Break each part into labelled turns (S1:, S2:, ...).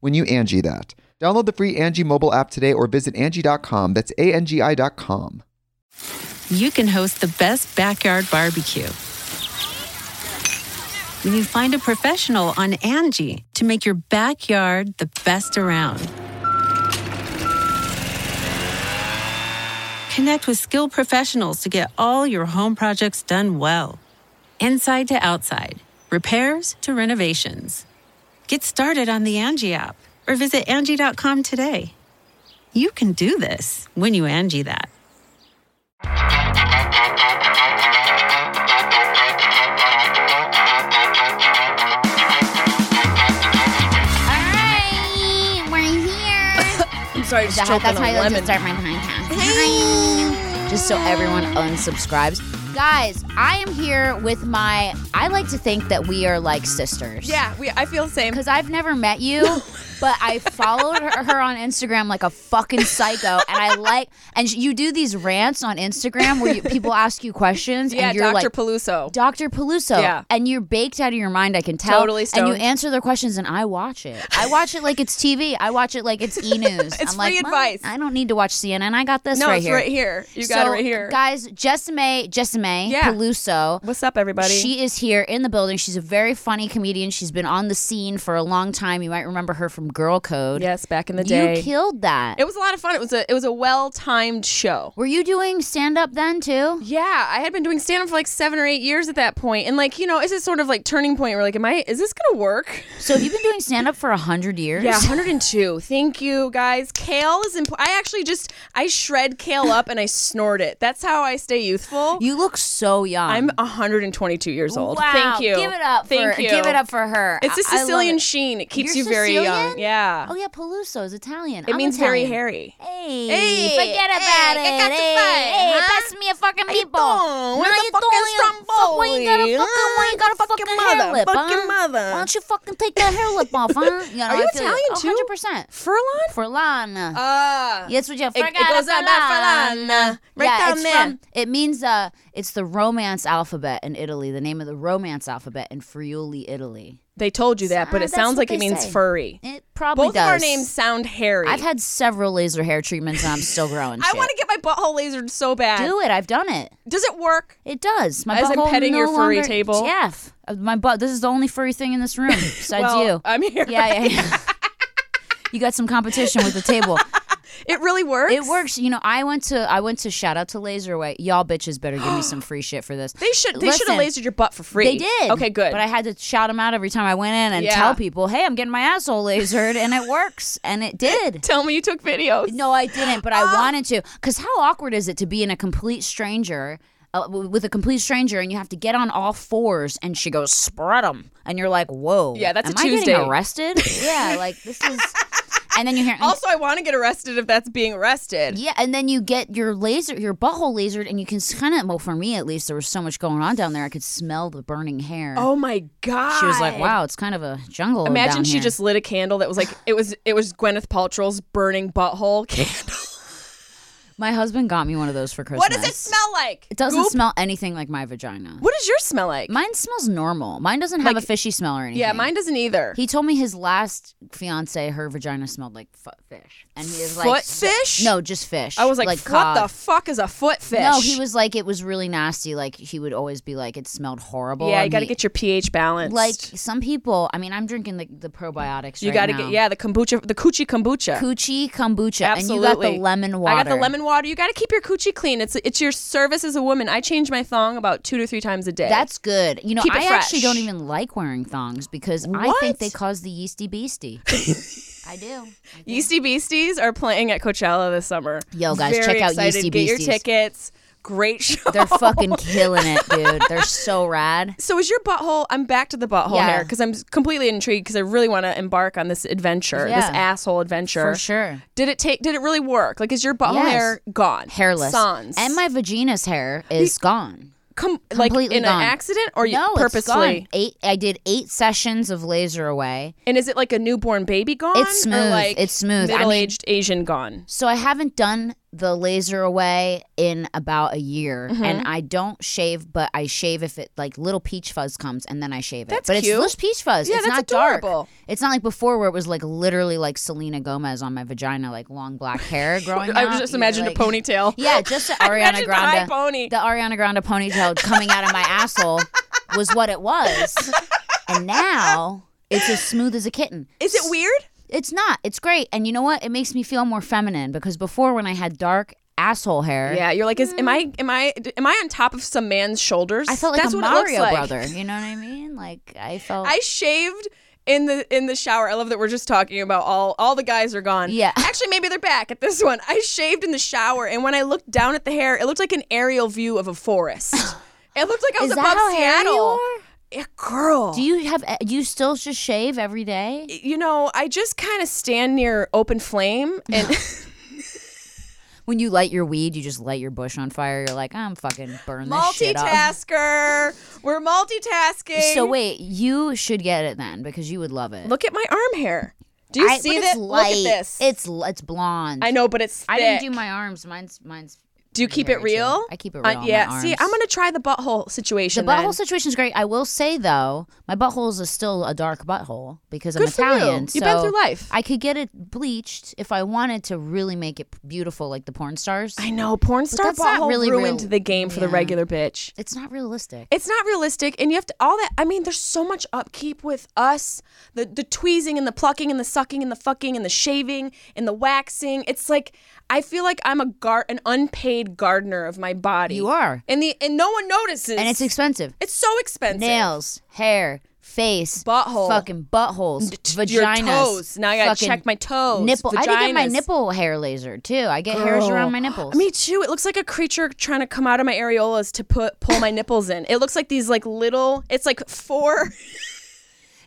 S1: when you Angie that. Download the free Angie mobile app today or visit Angie.com. That's A-N-G-I dot com.
S2: You can host the best backyard barbecue. When you find a professional on Angie to make your backyard the best around. Connect with skilled professionals to get all your home projects done well. Inside to outside, repairs to renovations. Get started on the Angie app or visit Angie.com today. You can do this when you Angie that.
S3: Alright, we're here.
S4: I'm sorry, just
S3: That-
S4: choking
S3: that's
S4: on
S3: how I like
S4: lemon.
S3: to start my podcast. Hi.
S5: just so everyone unsubscribes. Guys, I am here with my. I like to think that we are like sisters.
S4: Yeah, we. I feel the same.
S5: Because I've never met you, but I followed her, her on Instagram like a fucking psycho, and I like. And sh- you do these rants on Instagram where you, people ask you questions,
S4: Yeah,
S5: and you're
S4: Dr.
S5: like.
S4: Peluso.
S5: Dr. Peluso.
S4: Yeah.
S5: And you're baked out of your mind, I can tell.
S4: Totally
S5: And you
S4: stoned.
S5: answer their questions, and I watch it. I watch it like it's TV. I watch it like it's e news.
S4: It's
S5: I'm like,
S4: free
S5: "Well,
S4: advice."
S5: I don't need to watch CNN. I got this
S4: no,
S5: right
S4: it's
S5: here.
S4: right here. You got it
S5: So,
S4: right here.
S5: Guys, Jessime, Jessime
S4: Yeah.
S5: Peluso.
S4: What's up, everybody?
S5: She is here in the building. She's a very funny comedian. She's been on the scene for a long time. You might remember her from Girl Code.
S4: yes, back in the day.
S5: You killed that.
S4: it was a lot of fun. It was a it was a well timed show.
S5: Were you doing stand up then too?
S4: Yeah, I had been doing stand up for like seven or eight years at that point, and like you know, it's a sort of like turning point where like, am I? Is this gonna work?
S5: So have you been doing stand up for a hundred years?
S4: Yeah, 102. Thank you, guys. Kale is important. I actually just I shred kale up and I snort it. That's how I stay youthful.
S5: You look so young.
S4: I'm 122 years old.
S5: Wow,
S4: Thank you.
S5: Give it up
S4: Thank
S5: for
S4: you.
S5: give it up for her.
S4: It's a
S5: I- I love
S4: Sicilian
S5: it.
S4: sheen. It keeps
S5: You're
S4: you very young.
S5: Sicilian?
S4: Yeah.
S5: Oh yeah, Peluso is Italian.
S4: It
S5: I'm
S4: means
S5: Italian.
S4: very hairy.
S5: Hey,
S4: Hey,
S5: forget
S4: hey,
S5: about
S4: che
S5: it.
S4: cazzo
S5: hey,
S4: fai,
S5: hey,
S4: huh?
S5: pass me a fucking
S4: How you
S5: meatball.
S4: doing?
S5: Now
S4: Where's the
S5: you
S4: fucking
S5: doing? Fuck, why you got a
S4: stromboli?
S5: fucking, why you got a
S4: Fucking
S5: fucking, hair
S4: mother,
S5: lip,
S4: fucking
S5: huh?
S4: mother.
S5: Why don't you fucking take that hair lip off, huh? You know,
S4: Are you
S5: I feel
S4: Italian
S5: you.
S4: too?
S5: 100%.
S4: Furlan?
S5: Furlan.
S4: Ah.
S5: yes, would you?
S4: it goes up by Furlan. Right
S5: yeah,
S4: down
S5: it's
S4: there.
S5: From, it means uh, it's the Romance alphabet in Italy. The name of the Romance alphabet in Friuli, Italy.
S4: They told you that,
S5: Ah,
S4: but it
S5: that's
S4: sounds
S5: what
S4: like it
S5: they
S4: means
S5: say.
S4: furry.
S5: It probably
S4: Both
S5: does.
S4: of our names sound hairy.
S5: I've had several laser hair treatments and I'm still growing.
S4: I
S5: shit.
S4: want to get my butthole lasered so bad.
S5: do it. I've done it.
S4: Does it work?
S5: It does. My
S4: As I'm
S5: butthole
S4: petting
S5: no
S4: your furry
S5: longer-
S4: table?
S5: Yeah. Uh, My butt. This is the only furry thing in this room besides
S4: well, uh,
S5: you.
S4: I'm here.
S5: yeah, yeah. yeah. you got some competition with the table.
S4: It really works.
S5: It works. You know, I went to I went to shout out to Laserway. Y'all bitches better give me some free shit for this.
S4: They should. They should
S5: Listen,
S4: have lasered your butt for free.
S5: They did.
S4: Okay, good.
S5: But I had to shout them out every time I went in and
S4: Yeah.
S5: tell people, "Hey, I'm getting my asshole lasered," and it works, and it did.
S4: tell me you took videos.
S5: No, I didn't, but
S4: Ah.
S5: I wanted to. Because how awkward is it to be in a complete stranger? Uh, w- with a complete stranger, and you have to get on all fours, and she goes spread them, and you're like, "Whoa,
S4: Yeah, that's a
S5: am I getting
S4: Tuesday.
S5: arrested? yeah, like this is." And then you hear,
S4: Also, I want to get arrested if that's being arrested.
S5: yeah, and then you get your laser, your butthole lasered, and you can kind of, well, for me at least, there was so much going on down there, I could smell the burning hair.
S4: Oh my god.
S5: she was like, "Wow, it's kind of a jungle."
S4: Imagine
S5: down
S4: she
S5: here."
S4: just lit a candle that was like it was it was Gwyneth Paltrow's burning butthole candle.
S5: My husband got me one of those for Christmas.
S4: What does it smell like?
S5: It doesn't
S4: Goop?
S5: smell anything like my vagina.
S4: What does yours smell like?
S5: Mine smells normal. Mine doesn't have
S4: Like-
S5: a fishy smell or anything.
S4: yeah, mine doesn't either.
S5: He told me his last fiance, her vagina smelled like foot fish, and he was like,
S4: foot
S5: "S-
S4: fish?
S5: No, just fish.
S4: I was like, what
S5: cod."
S4: the fuck is a foot fish?
S5: No, he was like, it was really nasty. Like he would always be like, it smelled horrible.
S4: Yeah, you
S5: and
S4: got to
S5: he-
S4: get your pH balanced.
S5: like some people. I mean, I'm drinking the, the probiotics.
S4: you
S5: got
S4: got
S5: to
S4: to get yeah the kombucha, the coochie kombucha.
S5: coochie kombucha,
S4: Absolutely.
S5: and you got the lemon water.
S4: I got the lemon water. You got to keep your coochie clean. It's it's your service as a woman. I change my thong about two to three times a day.
S5: That's good. You know,
S4: Keep it
S5: I actually
S4: fresh.
S5: don't even like wearing thongs because I
S4: What?
S5: think they cause the yeasty beastie. I do.
S4: Yeasty Beasties are playing at Coachella this summer.
S5: Yo, guys,
S4: Very
S5: check out
S4: excited.
S5: Yeasty
S4: Get
S5: Beasties.
S4: your tickets. Great show.
S5: They're fucking killing it, dude. They're so rad.
S4: so is your butthole? I'm back to the butthole
S5: Yeah.
S4: here because I'm completely intrigued because I really want to embark on this adventure, this
S5: Yeah.
S4: asshole adventure.
S5: For sure.
S4: Did it take? Did it really work? Like, is your butthole
S5: Yes.
S4: hair gone?
S5: Hairless.
S4: Sans.
S5: And my vagina's hair is gone.
S4: Com- like in
S5: Completely
S4: an
S5: gone.
S4: accident or you
S5: no,
S4: purposely?
S5: It's gone. Eight I did eight sessions of laser away.
S4: And is it like a newborn baby gone?
S5: It's
S4: Or
S5: smooth.
S4: like
S5: It's smooth. I mean-
S4: Middle-aged Asian gone.
S5: So I haven't done the laser away in about a year,
S4: Mm-hmm.
S5: and I don't shave, but I shave if it like little peach fuzz comes, and then I shave it.
S4: That's
S5: but
S4: cute.
S5: it's just peach fuzz.
S4: Yeah,
S5: it's
S4: that's
S5: not
S4: adorable.
S5: dark. It's not like before where it was like literally like Selena Gomez on my vagina, like long black hair growing.
S4: I
S5: out.
S4: just
S5: You're
S4: imagined
S5: like-
S4: a ponytail.
S5: Yeah, just the Ariana
S4: Imagine the high
S5: Grande
S4: pony.
S5: the Ariana Grande ponytail coming out of my asshole was what it was, and now it's as smooth as a kitten.
S4: Is it weird?
S5: It's not. It's great. And you know what? It makes me feel more feminine because before when I had dark asshole hair,
S4: Yeah, you're like, is am I am I am I on top of some man's shoulders?
S5: Mm. I felt like
S4: That's
S5: a
S4: what it looks
S5: Mario
S4: like.
S5: brother. You know what I mean? Like I felt
S4: I shaved in the in the shower. I love that we're just talking about all all the guys are gone.
S5: Yeah.
S4: Actually, maybe they're back at this one. I shaved in the shower, and when I looked down at the hair, it looked like an aerial view of a forest. it looked like I was
S5: Is that
S4: above
S5: how hairy
S4: Seattle.
S5: you are?
S4: Yeah, girl.
S5: Do you have do you still just shave every day?
S4: you know, I just kind of stand near open flame and
S5: When you light your weed, you just light your bush on fire. You're like, I'm fucking burn this shit up.
S4: multitasker. We're multitasking.
S5: So wait, you should get it then because you would love it.
S4: Look at my arm hair. Do you
S5: I-
S4: see
S5: but it's
S4: that? Look
S5: Light.
S4: at this.
S5: It's l- it's blonde.
S4: I know, but it's. Thick.
S5: I didn't do my arms. Mine's mine's.
S4: Do you keep it
S5: hairy, too.
S4: real?
S5: I keep it
S4: Uh,
S5: real on my
S4: yeah. See,
S5: arms.
S4: I'm gonna try the butthole
S5: The
S4: situation. then.
S5: butthole situation's great. I will say though, my butthole is still a dark butthole because I'm
S4: Good for you.
S5: Italian.
S4: You've been
S5: so
S4: through life.
S5: I could get it bleached if I wanted to really make it beautiful, like the porn stars.
S4: I know porn star
S5: that's not
S4: butthole
S5: really
S4: ruined
S5: real-
S4: the game for the
S5: yeah.
S4: regular bitch.
S5: It's not realistic.
S4: It's not realistic, and you have to all that. I mean, there's so much upkeep with us, the the tweezing and the plucking and the sucking and the fucking and the shaving and the waxing. It's like I feel like I'm a gar- an unpaid gardener of my body.
S5: You are.
S4: and the and no one notices.
S5: and it's expensive.
S4: It's so expensive.
S5: Nails, hair, face,
S4: Butthole.
S5: fucking buttholes, vaginas,
S4: Your toes. Now I gotta
S5: fucking
S4: check my toes.
S5: Nipple. I do get my
S4: Vaginas.
S5: nipple hair lasered too. I get hairs around my nipples.
S4: Me too. It looks like a creature trying to come out of my areolas to put pull my nipples in. It looks like these like little. It's like four.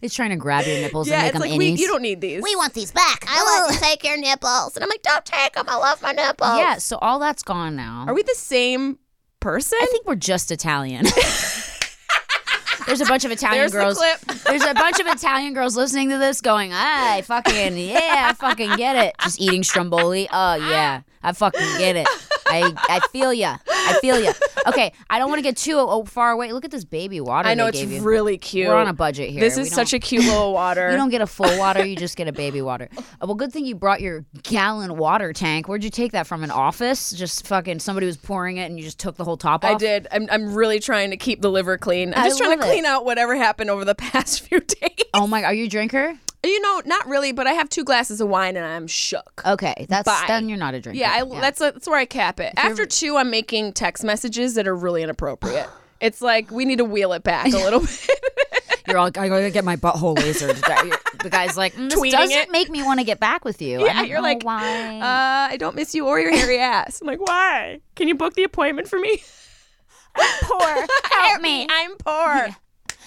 S5: it's trying to grab your nipples
S4: Yeah,
S5: and make
S4: it's
S5: them
S4: like we,
S5: innies.
S4: you don't need these.
S3: We want these back. I want to take your nipples. And I'm like, don't take them. I love my nipples.
S5: yeah. So all that's gone now.
S4: Are we the same person?
S5: I think we're just Italian. There's a bunch of Italian
S4: There's the
S5: girls.
S4: clip.
S5: There's a bunch of Italian girls listening to this going, I fucking, yeah, I fucking get it. Just eating stromboli. Oh, yeah, I fucking get it. I, I feel ya. I feel ya. Okay, I don't want to get too oh, far away. Look at this baby water
S4: I know
S5: they
S4: it's
S5: gave you.
S4: really cute.
S5: We're on a budget here.
S4: This
S5: We
S4: is
S5: don't-
S4: such a cute little water.
S5: You don't get a full water, you just get a baby water. Uh, well, good thing you brought your gallon water tank. Where'd you take that from? An office? Just fucking somebody was pouring it and you just took the whole top off?
S4: I did. I'm, I'm really trying to keep the liver clean. I'm
S5: I
S4: just trying to
S5: love it.
S4: clean out whatever happened over the past few days.
S5: Oh my, are you a drinker?
S4: You know, not really, but I have two glasses of wine and I'm shook.
S5: Okay, that's
S4: Bye.
S5: then you're not a drinker.
S4: Yeah, I, that's that's where I cap it. After two, I'm making text messages that are really inappropriate. it's like we need to wheel it back a little bit.
S5: you're all. I gotta get my butthole lasered. the guy's like, mm, this
S4: Tweeting
S5: doesn't
S4: it.
S5: make me want to get back with you. I
S4: yeah,
S5: don't
S4: you're
S5: know
S4: like,
S5: why?
S4: Uh, I don't miss you or your hairy ass. I'm like, why? Can you book the appointment for me?
S5: Poor, help me.
S4: I'm poor.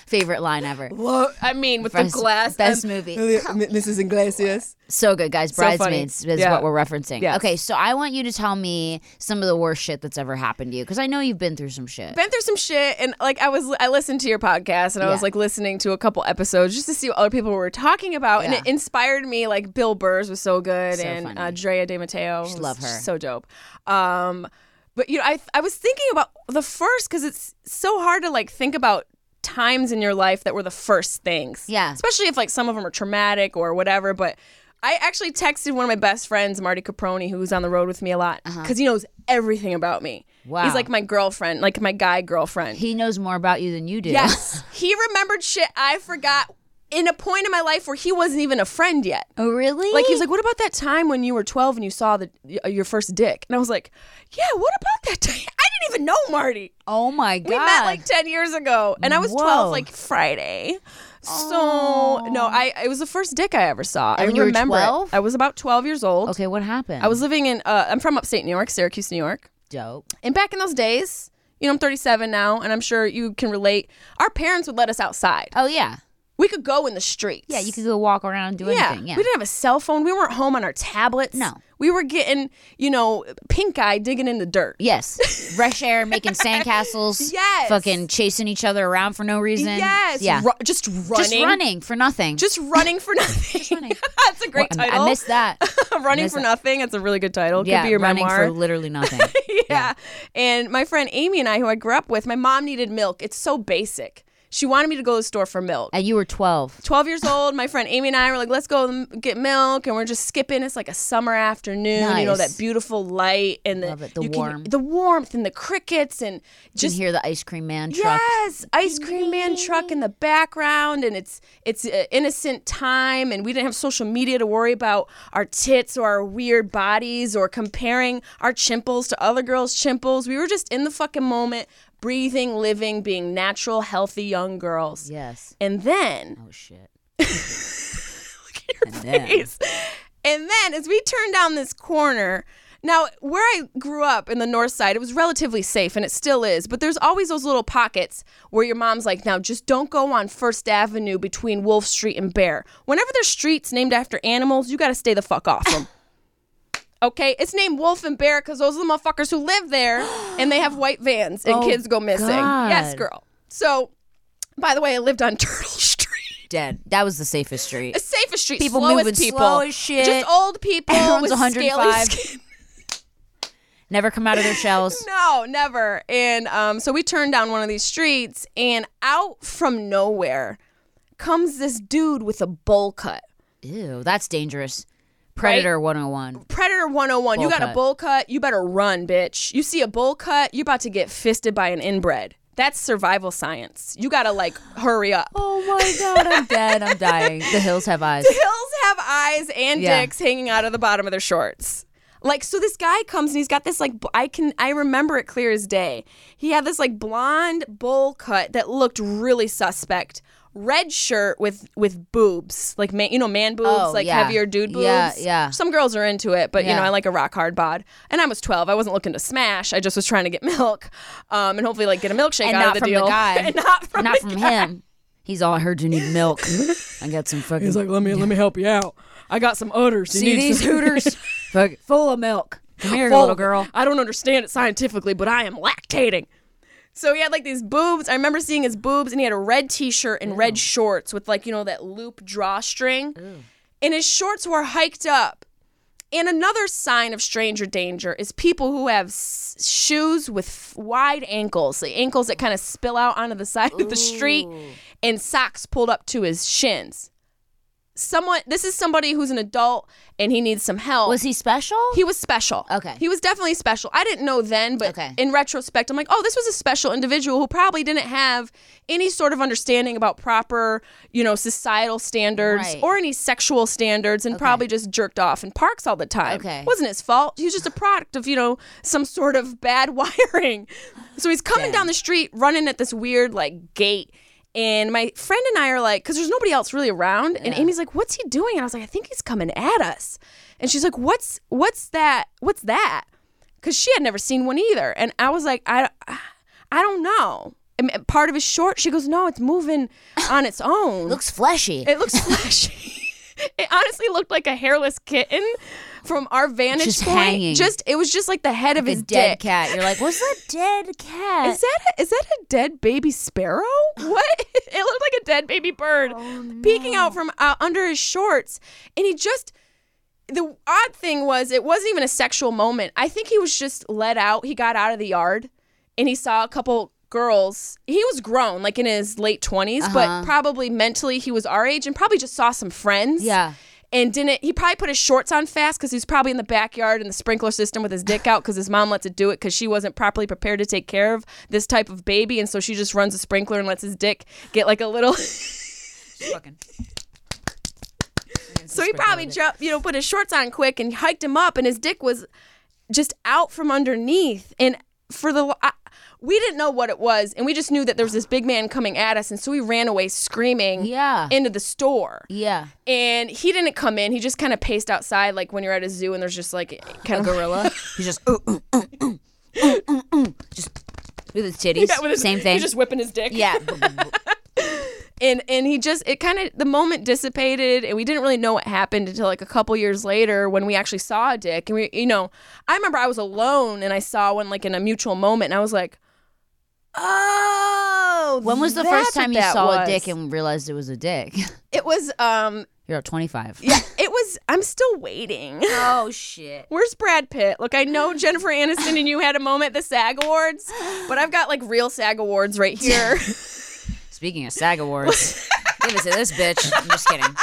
S5: favorite line ever.
S4: Lo- I mean, with
S5: Best-
S4: the glass.
S5: best
S4: and-
S5: movie.
S4: Mrs. Iglesias.
S5: So good, guys.
S4: funny.
S5: Bridesmaids is
S4: Yeah.
S5: what we're referencing.
S4: Yes.
S5: Okay, so I want you to tell me some of the worst shit that's ever happened to you because I know you've been through some shit.
S4: Been through some shit, and like I was, I listened to your podcast, and I was
S5: Yeah.
S4: like listening to a couple episodes just to see what other people were talking about, and
S5: Yeah.
S4: it inspired me. Like Bill Burrs was so good,
S5: So
S4: and
S5: funny.
S4: uh, Drea De Matteo, was
S5: love her.
S4: so dope. Um, but you know, I I was thinking about the first because it's so hard to like think about times in your life that were the first things.
S5: Yeah.
S4: especially if like some of them are traumatic or whatever, but. I actually texted one of my best friends, Marty Caproni, who's on the road with me a lot, because he knows everything about me.
S5: Uh-huh. Wow.
S4: He's like my girlfriend, like my guy girlfriend.
S5: he knows more about you than you do.
S4: yes. he remembered shit I forgot in a point in my life where he wasn't even a friend yet.
S5: oh, really?
S4: Like he was like, "What about that time when you were 12 and you saw the y- uh, your first dick?" And I was like, "Yeah, what about that time? I didn't even know Marty.
S5: oh my god.
S4: We met like 10 years ago, and I was
S5: Whoa.
S4: 12 like Friday." So no, I it was the first dick I ever saw. I
S5: when you were
S4: remember it.
S5: 12?
S4: I was about 12 years old.
S5: okay, what happened?
S4: I was living in uh, I'm from upstate New York, Syracuse, New York.
S5: dope.
S4: And back in those days, you know, I'm 37 now, and I'm sure you can relate. Our parents would let us outside.
S5: Oh yeah,
S4: We could go in the streets.
S5: yeah. You could go walk around and do
S4: Yeah.
S5: anything. Yeah.
S4: We didn't have a cell phone. We weren't home on our tablets.
S5: No.
S4: We were getting, you know, pink eye digging in the dirt.
S5: Yes, fresh air, making sandcastles.
S4: Yes.
S5: fucking chasing each other around for no reason.
S4: Yes.
S5: yeah.
S4: Ru- just running.
S5: Just running for nothing.
S4: Just running for nothing. That's a great
S5: I-
S4: title.
S5: I missed that.
S4: running
S5: missed
S4: for
S5: that.
S4: nothing. It's a really good title.
S5: yeah,
S4: Could be your
S5: running
S4: memoir.
S5: for literally nothing.
S4: yeah. And my friend Amy and I, who I grew up with, my mom needed milk. It's so basic. She wanted me to go to the store for milk.
S5: and Uh, you were twelve.
S4: 12 years old, my friend Amy and I were like, let's go m- get milk. And we're just skipping. It's like a summer afternoon, you know,
S5: Nice.
S4: that beautiful light and the,
S5: Love it, the
S4: you can-
S5: warmth.
S4: the warmth and the crickets and
S5: Just
S4: just.
S5: hear the ice cream man truck.
S4: Yes, ice cream man truck in the background, and it's it's uh, innocent time, and we didn't have social media to worry about our tits or our weird bodies or comparing our chimples to other girls' chimples. We were just in the fucking moment, breathing, living, being natural, healthy young girls.
S5: Yes.
S4: And then
S5: Oh shit.
S4: face. And then as we turned down this corner, now where I grew up in the north side, it was relatively safe and it still is, but there's always those little pockets where your mom's like, now just don't go on First Avenue between Wolf Street and Bear. Whenever there's streets named after animals, you gotta stay the fuck off them. Okay, it's named Wolf and Bear because those are the motherfuckers who live there and they have white vans and
S5: Oh,
S4: kids go missing. Yes,
S5: God.
S4: girl. So, by the way, I lived on Turtle Street
S5: Dead. That was the safest street.
S4: the safest street.
S5: People
S4: slowest
S5: moving
S4: people.
S5: slow as shit.
S4: Just old people
S5: Everyone's
S4: with
S5: 105.
S4: scaly skin.
S5: Never come out of their shells.
S4: No, never. And um, so we turned down one of these streets, and out from nowhere comes this dude with a bowl cut.
S5: Ew, that's dangerous. Predator 101.
S4: Predator 101, you
S5: Bowl
S4: got a
S5: cut.
S4: bowl cut, you better run, bitch. You see a bowl cut, you're about to get fisted by an inbred. That's survival science. You gotta like hurry up.
S5: Oh my god, I'm dead. I'm dying. The hills have eyes.
S4: Pills have eyes and
S5: Yeah.
S4: dicks hanging out of the bottom of their shorts. Like so, this guy comes and he's got this like b- I can I remember it clear as day. He had this like blonde bowl cut that looked really suspect. Red shirt with with boobs, like man, you know, man boobs,
S5: Oh,
S4: like
S5: yeah.
S4: heavier dude boobs.
S5: Yeah, yeah.
S4: Some girls are into it, but you know,
S5: Yeah.
S4: I like a rock hard bod. And I was twelve. I wasn't looking to smash. I just was trying to get milk, um, and hopefully like get a milkshake
S5: And
S4: out
S5: not
S4: of the
S5: from the
S4: deal.
S5: guy.
S4: and not from
S5: Not
S4: the
S5: from him. He's all I heard you need milk. I got some fucking
S4: let me let me help you out. I got some udders.
S5: See these hooters? Fuck, full of milk. Come here,
S4: full
S5: little
S4: of-
S5: girl.
S4: I don't understand it scientifically, but I am lactating. So he had like these boobs. I remember seeing his boobs, and he had a red T-shirt and red shorts with like you know that loop drawstring, and his shorts were hiked up. And another sign of stranger danger is people who have s- shoes with f- wide ankles, the ankles that kind of spill out onto the side of the street, and socks pulled up to his shins. Someone, this is somebody who's an adult and he needs some help.
S5: Was he special?
S4: He was special.
S5: Okay.
S4: He was definitely special. I didn't know then, but
S5: Okay.
S4: in retrospect, I'm like, oh, this was a special individual who probably didn't have any sort of understanding about proper, you know, societal standards
S5: Right.
S4: or any sexual standards and probably just jerked off in parks all the time.
S5: Okay.
S4: Wasn't his fault. He was just a product of, you know, some sort of bad wiring. So he's coming down the street running at this weird, like, gate. And my friend and I are like, because there's nobody else really around. And Amy's like, "What's he doing?" And I was like, "I think he's coming at us." And she's like, "What's what's that? What's that?" Because she had never seen one either. And I was like, "I I don't know." am- part of his short. She goes, no, it's moving on its own.
S5: Looks fleshy.
S4: it looks fleshy. it honestly looked like a hairless kitten from our vantage
S5: Just
S4: point.
S5: hanging.
S4: Just it was just like the head of
S5: a
S4: his
S5: dead
S4: dick.
S5: cat. You're like, was that dead cat?
S4: Is that a, is that a dead baby sparrow? What? it looked like a dead baby bird
S5: Oh,
S4: peeking out from uh, under his shorts, and he just. The odd thing was, it wasn't even a sexual moment. I think he was just let out. He got out of the yard, and he saw a couple girls. He was grown, like in his late 20s but probably mentally he was our age, and probably just saw some friends
S5: yeah.
S4: and didn't he probably put his shorts on fast because he was probably in the backyard in the sprinkler system with his dick out because his mom lets it do it because she wasn't properly prepared to take care of this type of baby and so she just runs a sprinkler and lets his dick get like a little so he probably jumped you know put his shorts on quick and hiked him up and his dick was just out from underneath and for the I, we didn't know what it was and we just knew that there was this big man coming at us and so we ran away screaming
S5: Yeah.
S4: into the store
S5: Yeah.
S4: and he didn't come in. He just kind of paced outside, like when you're at a zoo and there's just like kind of
S5: Gorilla. He's just "Uh, ooh, ooh, ooh, ooh, ooh, ooh, ooh, uh, just with his titties.
S4: Yeah, with his-
S5: Same thing.
S4: He's just whipping his dick.
S5: yeah.
S4: and and he just it kind of the moment dissipated, and we didn't really know what happened until like a couple years later when we actually saw a dick. And we, you know, I remember I was alone and I saw one like in a mutual moment, and I was like, oh.
S5: When was the
S4: that's
S5: first time
S4: what
S5: you
S4: that
S5: saw a
S4: was.
S5: dick and realized it was a dick?
S4: it was um
S5: You're 25.
S4: yeah it was I'm still waiting.
S5: Oh shit.
S4: Where's Brad Pitt? Look, I know Jennifer Aniston and you had a moment at the SAG Awards, but I've got like real SAG Awards right here.
S5: Speaking of SAG awards, give it to this bitch. I'm just kidding.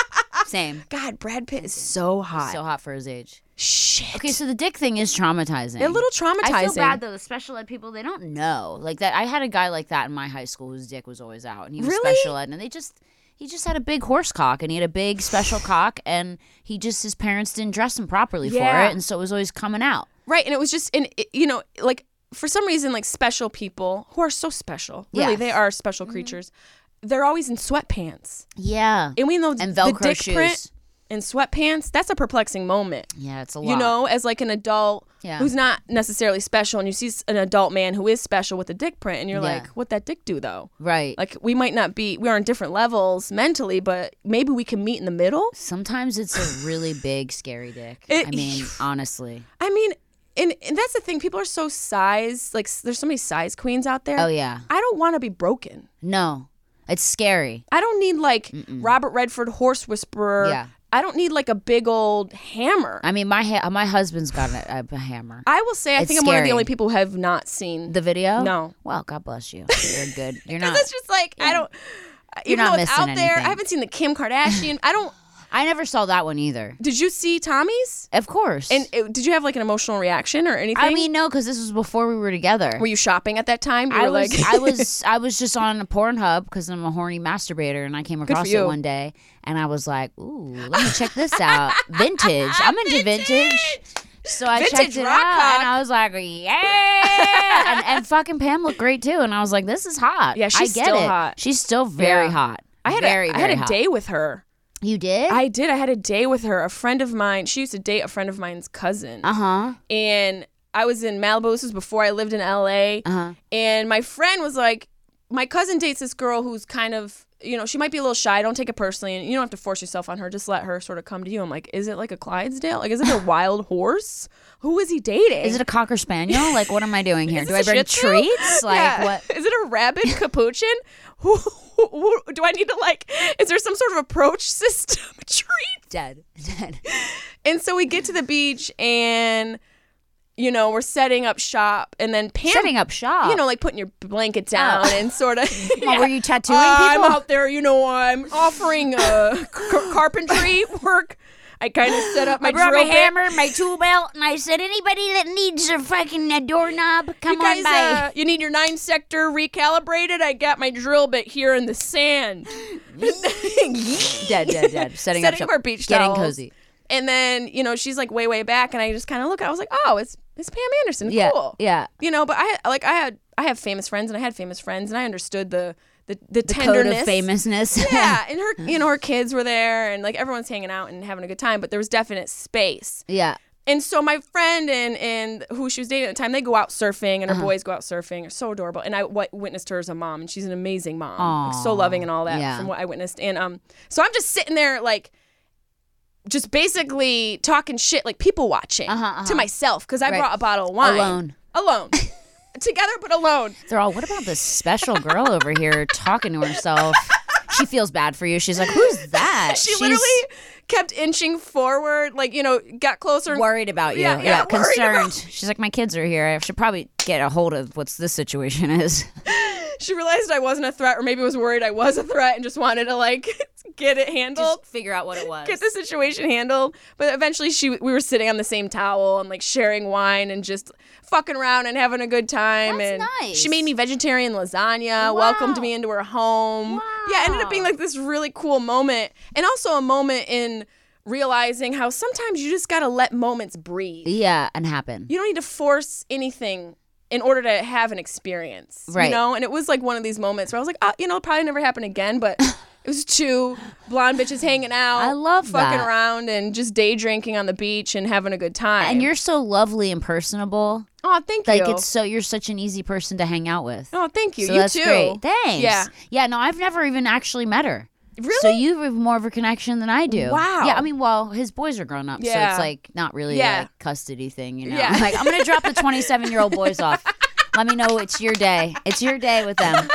S5: Same.
S4: God, Brad Pitt is so hot.
S5: So hot for his age.
S4: Shit.
S5: Okay, so the dick thing is traumatizing.
S4: a little traumatizing.
S5: I feel bad though. The special ed people, they don't know like that. I had a guy like that in my high school whose dick was always out, and he was
S4: Really?
S5: special ed, and they just he just had a big horse cock, and he had a big special cock, and he just his parents didn't dress him properly
S4: Yeah.
S5: for it, and so it was always coming out.
S4: right, and it was just, and it- you know, like for some reason, like special people who are so special, really,
S5: Yes. Mm-hmm.
S4: they are special creatures. They're always in sweatpants,
S5: Yeah,
S4: and we know
S5: and
S4: the
S5: Velcro
S4: dick
S5: shoes.
S4: print in sweatpants. That's a perplexing moment.
S5: yeah, it's a lot.
S4: You know, as like an adult
S5: Yeah.
S4: who's not necessarily special, and you see s- an adult man who is special with a dick print, and you're
S5: Yeah.
S4: like, "What that dick do though?"
S5: right?
S4: Like we might not be, we are on different levels mentally, but maybe we can meet in the middle.
S5: Sometimes it's a really big, scary dick.
S4: It-
S5: I mean, honestly.
S4: I mean, and, and that's the thing. People are so size like s- there's so many size queens out there.
S5: Oh yeah,
S4: I don't want to be broken.
S5: no, it's scary.
S4: I don't need like Robert Redford horse whisperer.
S5: Yeah.
S4: I don't need like a big old hammer. i
S5: I mean, my ha- my husband's got a, a hammer.
S4: will say I
S5: It's
S4: think I'm one of the
S5: scary.
S4: only people who have not seen.
S5: The video?
S4: No.
S5: Well, God bless you. You're good. You're not.
S4: That's just like I don't. uh, Even
S5: not
S4: though it's out
S5: missing
S4: there, I
S5: anything.
S4: haven't seen the Kim Kardashian. I don't.
S5: I never saw that one either.
S4: Did you see Tommy's?
S5: Of course.
S4: And it, did you have like an emotional reaction or anything?
S5: I mean, no, because this was before we were together.
S4: were you shopping at that time? You
S5: I
S4: were
S5: was,
S4: like,
S5: I was, I was just on a Pornhub because I'm a horny masturbator, and I came across
S4: you.
S5: it one day, and I was like, "Ooh, let me check this out, vintage. I'm into vintage." So I
S4: Vintage
S5: checked it
S4: rock
S5: out,
S4: cock.
S5: and I was like, "Yeah!" and, and fucking Pam looked great too, and I was like, "This is hot."
S4: Yeah, she's
S5: I get
S4: still
S5: it.
S4: hot.
S5: She's still very
S4: Yeah.
S5: hot.
S4: I had
S5: very,
S4: a, I
S5: very
S4: had a
S5: hot.
S4: day with her.
S5: You did?
S4: I did. I had a day with her. A friend of mine. She used to date a friend of mine's cousin,
S5: uh huh.
S4: and I was in Malibu. This was before I lived in LA.
S5: Uh-huh.
S4: And my friend was like, "My cousin dates this girl who's kind of, you know, she might be a little shy. Don't take it personally, and you don't have to force yourself on her. Just let her sort of come to you." I'm like, "Is it like a Clydesdale? Like, is it a wild horse? Who is he dating?
S5: Is it a cocker spaniel? Like, what am I doing here? Do I
S4: this a
S5: bring
S4: Shih Tzu?
S5: treats? Like,
S4: Yeah.
S5: what?
S4: Is it a rabbit capuchin? Who, who, who- do I need to like? Is there some sort of approach system treat?"
S5: Dead, dead.
S4: And so we get to the beach and you know, we're setting up shop and then Pam
S5: Setting up shop.
S4: You know, like putting your blanket down
S5: Oh.
S4: and sort of
S5: Well, were you tattooing
S4: I'm
S5: people?
S4: out there, you know, I'm offering uh, car- carpentry work. I kind of set up my
S5: I brought my
S4: drill bit.
S5: hammer, my tool belt, and I said, anybody that needs a fucking uh, doorknob, come
S4: You guys,
S5: on by.
S4: uh, you need your nine sector recalibrated. I got my drill bit here in the sand.
S5: dead, dead, dead. Setting,
S4: setting
S5: shop.
S4: up our beach
S5: Getting
S4: towels.
S5: cozy.
S4: And then, you know, she's like way, way back, and I just kind of look. I was like, oh, it's it's Pam Anderson.
S5: Yeah,
S4: Cool.
S5: yeah.
S4: You know, but I like I had I have famous friends, and I had famous friends, and I understood the the the,
S5: Code
S4: tenderness.
S5: of famousness.
S4: Yeah, and her, you know, her kids were there, and like everyone's hanging out and having a good time, but there was definite space.
S5: yeah.
S4: And so my friend and and who she was dating at the time, they go out
S5: Uh-huh.
S4: surfing, and her boys go out surfing. They're so adorable. And I what witnessed her as a mom, and she's an amazing mom, like, so loving and all that
S5: yeah.
S4: from what I witnessed. And um, so I'm just sitting there like. Just basically talking shit, like people watching to myself, because I
S5: Uh-huh, Right.
S4: brought a bottle of wine
S5: Alone.
S4: alone, together but alone.
S5: They're all, what about this special girl over here talking to herself? She feels bad for you. She's like, who's that?
S4: She
S5: She's
S4: literally kept inching forward, like you know, got closer. and-
S5: worried about you.
S4: Yeah,
S5: Yeah,
S4: yeah, worried
S5: concerned.
S4: about-
S5: She's like, my kids are here. I should probably get a hold of what's this situation is.
S4: She realized I wasn't a threat, or maybe was worried I was a threat, and just wanted to like get it handled.
S5: figure out what it was.
S4: Get the situation handled, but eventually she we were sitting on the same towel and like sharing wine and just fucking around and having a good time.
S5: That's
S4: and
S5: nice.
S4: she made me vegetarian lasagna, welcomed me into her home. Yeah, it ended up being like this really cool moment, and also a moment in realizing how sometimes you just gotta let moments breathe.
S5: yeah, and happen.
S4: you don't need to force anything in order to have an experience
S5: Right.
S4: you know and it was like one of these moments where i was like oh, you know it'll probably never happen again but it was two blonde bitches hanging out
S5: I love
S4: fucking
S5: that.
S4: around and just day drinking on the beach and having a good time
S5: And you're so lovely and personable.
S4: oh thank
S5: Like
S4: you
S5: it's so you're such an easy person to hang out with.
S4: oh thank you
S5: so
S4: you
S5: that's
S4: too
S5: great. Thanks.
S4: yeah
S5: Yeah. No, I've never even actually met her.
S4: really
S5: So you have more of a connection than I do.
S4: Wow.
S5: Yeah, I mean, well, his boys are grown up, so
S4: Yeah.
S5: it's like not really a
S4: Yeah.
S5: like, custody thing, you know.
S4: Yeah.
S5: Like I'm gonna drop the 27 year old boys off. Let me know it's your day. It's your day with them.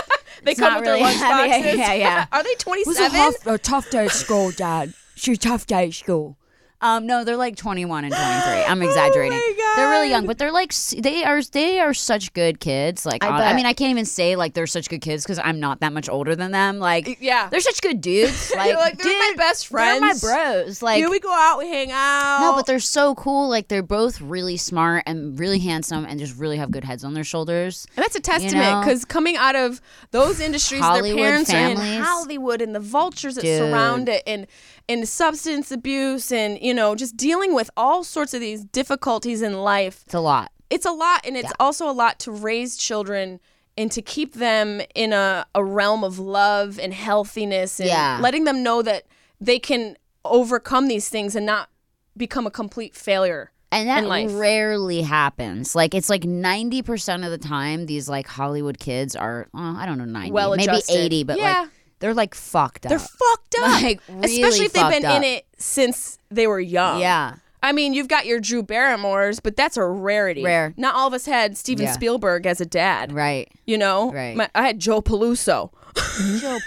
S4: they
S5: it's
S4: come
S5: not
S4: with
S5: really-
S4: their lunch
S5: Yeah,
S4: boxes
S5: yeah, yeah.
S4: are they 27
S5: a tough day at school, Dad. She's a tough day at school. Um, no, they're like 21 and 23.
S4: Oh
S5: I'm exaggerating. They're really young, but they're like s- they are they are such good kids. Like hon- I,
S4: bet.
S5: mean, I can't even say like they're such good kids because I'm not that much older than them. Like
S4: yeah.
S5: they're such good dudes. Like,
S4: like, "They're my
S5: dude,
S4: best friends."
S5: They're my bros. Like
S4: here we go out we hang out
S5: no, but they're so cool. Like they're both really smart and really handsome, and just really have good heads on their shoulders.
S4: And that's a testament
S5: know?
S4: because coming out of those industries, their
S5: Hollywood
S4: parents are in
S5: families.
S4: Hollywood and the vultures that surround it, and and substance abuse, and you know, just dealing with all sorts of these difficulties in life.
S5: It's a lot.
S4: It's a lot, and it's also a lot to raise children and to keep them in a, a realm of love and healthiness, and
S5: Yeah.
S4: letting them know that they can overcome these things and not become a complete failure.
S5: And that
S4: in life.
S5: rarely happens. Like it's like ninety percent of the time, these like Hollywood kids are well, I don't know ninety, maybe
S4: Well-adjusted.
S5: eighty, but
S4: Yeah.
S5: like they're like fucked up.
S4: They're fucked up,
S5: Like, really
S4: especially if they've been
S5: fucked
S4: in
S5: up.
S4: it since they were young.
S5: yeah,
S4: I mean, you've got your Drew Barrymores, but that's a rarity.
S5: Rare.
S4: Not all of us had Steven
S5: Yeah.
S4: Spielberg as a dad.
S5: right.
S4: You know,
S5: Right.
S4: My, I had Joe Peluso.
S5: Joe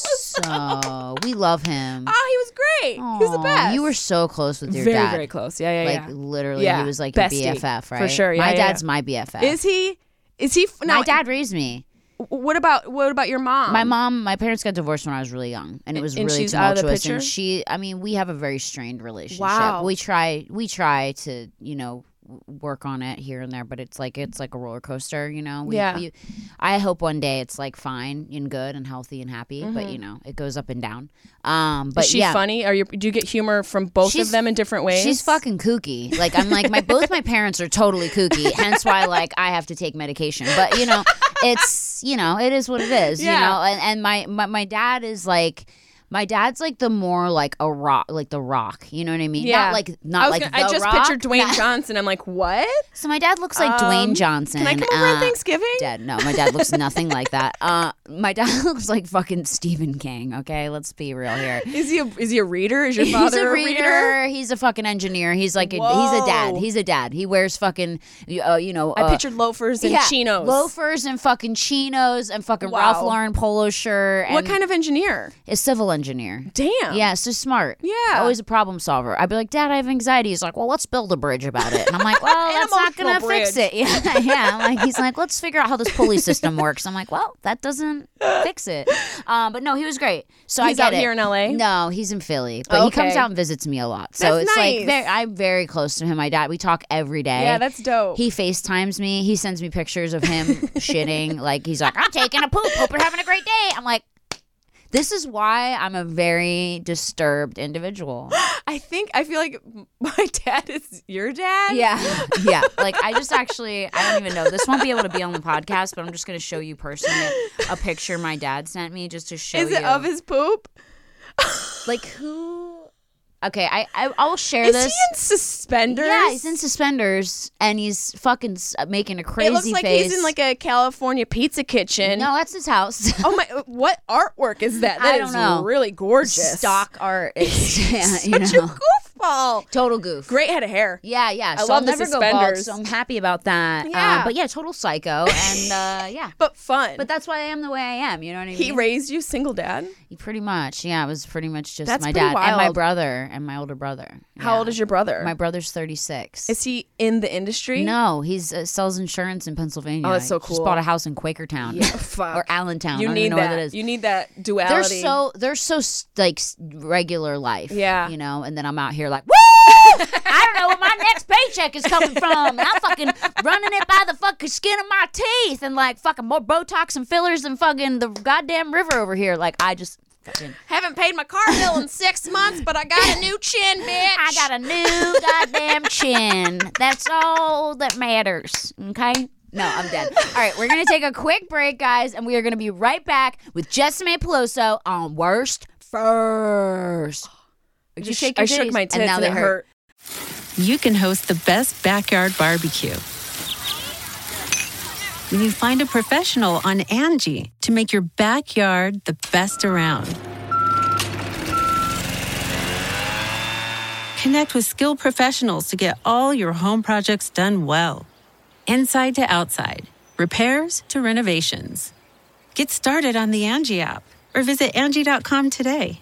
S5: Peluso, we love him.
S4: Oh, he was great. he was the
S5: Aw,
S4: best.
S5: You were so close with your
S4: very,
S5: dad.
S4: very close. Yeah, yeah,
S5: Like
S4: yeah.
S5: literally,
S4: Yeah,
S5: he was like
S4: bestie,
S5: your BFF,
S4: for
S5: right?
S4: sure. Yeah,
S5: my
S4: yeah,
S5: dad's
S4: yeah.
S5: my BFF.
S4: Is he? Is he? f- Now,
S5: my dad raised me.
S4: What about what about your mom?
S5: My mom, my parents got divorced when I was really young, and it was
S4: And
S5: really
S4: she's out of the
S5: tumultuous.
S4: picture?
S5: and she, I mean, we have a very strained relationship.
S4: Wow.
S5: We try, we try to, you know, w- work on it here and there, but it's like it's like a roller coaster, you know. We,
S4: Yeah.
S5: We, I hope one day it's like fine and good and healthy and happy, but you know, it goes up and down. Um, but
S4: Mm-hmm. Is she
S5: yeah,
S4: funny? Are you? Do you get humor from both of
S5: She's-
S4: them in different ways?
S5: She's fucking kooky. Like I'm like my both my parents are totally kooky. Hence why like I have to take medication. But you know, it's you know it is what it is.
S4: Yeah.
S5: You know, and, and my, my my dad is like. My dad's like the more like a rock, like the rock. You know what I mean?
S4: Yeah.
S5: Not like
S4: I
S5: not
S4: was
S5: like
S4: gonna-
S5: the
S4: I just
S5: rock.
S4: pictured Dwayne Johnson. I'm like, what?
S5: So my dad looks like
S4: Um,
S5: Dwayne Johnson.
S4: Can I come over
S5: uh,
S4: on Thanksgiving?
S5: Dead. No, my dad looks nothing like that. Uh, my dad looks like fucking Stephen King. Okay, let's be real here.
S4: Is he a is he a reader? Is your father
S5: he's a reader. He's a fucking engineer. He's like a, he's a dad.
S4: Whoa.
S5: He's a dad. He wears fucking uh, you know.
S4: I
S5: uh,
S4: pictured loafers and
S5: yeah,
S4: chinos.
S5: loafers and fucking chinos and fucking
S4: Wow.
S5: Ralph Lauren polo shirt. And
S4: What kind of engineer?
S5: A civil engineer.
S4: Damn.
S5: Yeah, so smart.
S4: Yeah.
S5: always a problem solver. I'd be like, Dad, I have anxiety. He's like, Well, let's build a bridge about it. And I'm like, Well,
S4: An
S5: that's not
S4: emotional
S5: gonna fix
S4: bridge.
S5: it. Yeah, yeah. I'm like, he's like, Let's figure out how this pulley system works. I'm like, Well, that doesn't fix it. Um, but no, he was great. So
S4: He's
S5: I
S4: out
S5: get it.
S4: here in LA?
S5: No, he's in Philly, but he comes
S4: Okay.
S5: out and visits me a lot. So
S4: That's
S5: it's
S4: nice.
S5: like very, I'm very close to him. My dad, we talk every day.
S4: Yeah, that's dope.
S5: He FaceTimes me. He sends me pictures of him shitting. Like he's like, I'm taking a poop. Hope you're having a great day. I'm like, this is why I'm a very disturbed individual.
S4: I think I feel like my dad is your dad.
S5: Yeah. Yeah. Like I just actually I don't even know. This won't be able to be on the podcast, but I'm just gonna show you personally a picture my dad sent me just to show
S4: Is
S5: you.
S4: it of his poop?
S5: like who Okay, I I, I will share
S4: Is
S5: this.
S4: he in suspenders?
S5: yeah, he's in suspenders and he's fucking s- making a crazy
S4: It looks like
S5: face.
S4: he's in like a California pizza kitchen.
S5: no, that's his house.
S4: Oh my! What artwork is that? That
S5: I
S4: is
S5: don't know.
S4: really gorgeous.
S5: Stock art. Is, yeah,
S4: Such
S5: you know,
S4: a goofball.
S5: total goof.
S4: Great head of hair.
S5: Yeah, yeah.
S4: I
S5: so
S4: love
S5: I'll
S4: the
S5: never go bald,
S4: suspenders.
S5: so I'm happy about that. Um,
S4: Yeah.
S5: but yeah, total psycho, and uh, yeah.
S4: but fun.
S5: But that's why I am the way I am. You know what I mean?
S4: he raised you single dad.
S5: pretty much. Yeah, it was pretty much just
S4: That's
S5: my
S4: pretty
S5: dad and my
S4: wild.
S5: brother and my older brother.
S4: How old is your brother?
S5: my brother's thirty six?
S4: is he in the industry?
S5: No, he uh, sells insurance in Pennsylvania.
S4: Oh, that's so
S5: Just
S4: cool.
S5: bought a house in Quakertown
S4: Yeah, fuck.
S5: or Allentown. I
S4: You
S5: don't
S4: need
S5: even know
S4: that.
S5: where that is.
S4: You need that
S5: they're
S4: duality.
S5: so they're so s- like s- regular life.
S4: Yeah.
S5: you know. And then I'm out here like, woo! I don't know where my next paycheck is coming from, and I'm fucking running it by the fucking skin of my teeth, and like fucking more Botox and fillers than fucking the goddamn river over here. Like I just. fucking-
S4: haven't paid my car bill in six months, but I got a new chin, bitch.
S5: I got a new goddamn chin. That's all that matters. Okay? No, I'm dead. All right, we're gonna take a quick break, guys, and we are gonna be right back with Jessamine Peloso on worst first. Did you
S4: Just-
S5: shake
S4: I
S5: your
S4: shook
S5: titties?
S4: my tits and,
S5: they
S4: it hurt.
S2: you can host the best backyard barbecue. When you find a professional on Angie to make your backyard the best around. Connect with skilled professionals to get all your home projects done well. Inside to outside, repairs to renovations. Get started on the Angie app or visit Angie.com today.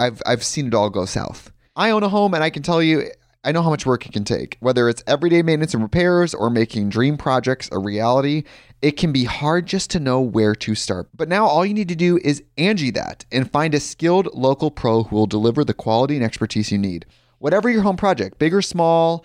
S1: I've, I've seen it all go south. I own a home, and I can tell you, I know how much work it can take. Whether it's everyday maintenance and repairs or making dream projects a reality, it can be hard just to know where to start. But now all you need to do is Angie that and find a skilled local pro who will deliver the quality and expertise you need. Whatever your home project, big or small,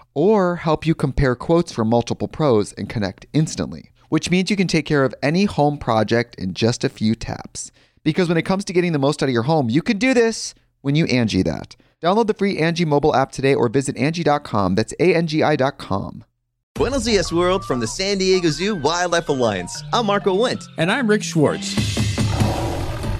S1: or help you compare quotes from multiple pros and connect instantly, which means you can take care of any home project in just a few taps. Because when it comes to getting the most out of your home, you can do this when you Angie that. Download the free Angie mobile app today or visit Angie.com. That's A-N-G-I dot com.
S6: Buenos Dias World from the San Diego Zoo Wildlife Alliance. I'm Marco Wendt.
S7: And I'm Rick Schwartz.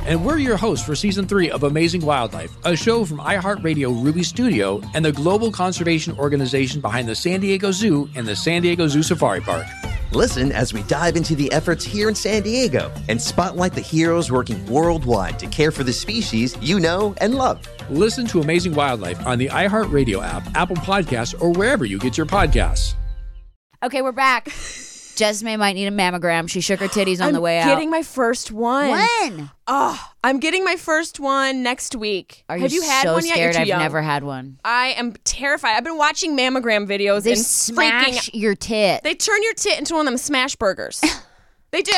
S7: And we're your hosts for season three of Amazing Wildlife, a show from iHeartRadio Ruby Studio and the global conservation organization behind the San Diego Zoo and the San Diego Zoo Safari Park.
S6: Listen as we dive into the efforts here in San Diego and spotlight the heroes working worldwide to care for the species you know and love.
S7: Listen to Amazing Wildlife on the iHeartRadio app, Apple Podcasts, or wherever you get your podcasts.
S5: Okay, we're back. Jessamine might need a mammogram. She shook her titties on
S4: I'm
S5: the way out.
S4: getting my first one.
S5: when?
S4: Oh, I'm getting my first one next week.
S5: Are
S4: Have you had
S5: so
S4: one yet? You're
S5: scared?
S4: too
S5: I've
S4: young.
S5: never had one.
S4: I am terrified. I've been watching mammogram videos
S5: They
S4: and
S5: smash
S4: freaking.
S5: your tit.
S4: They turn your tit into one of them smash burgers. they do,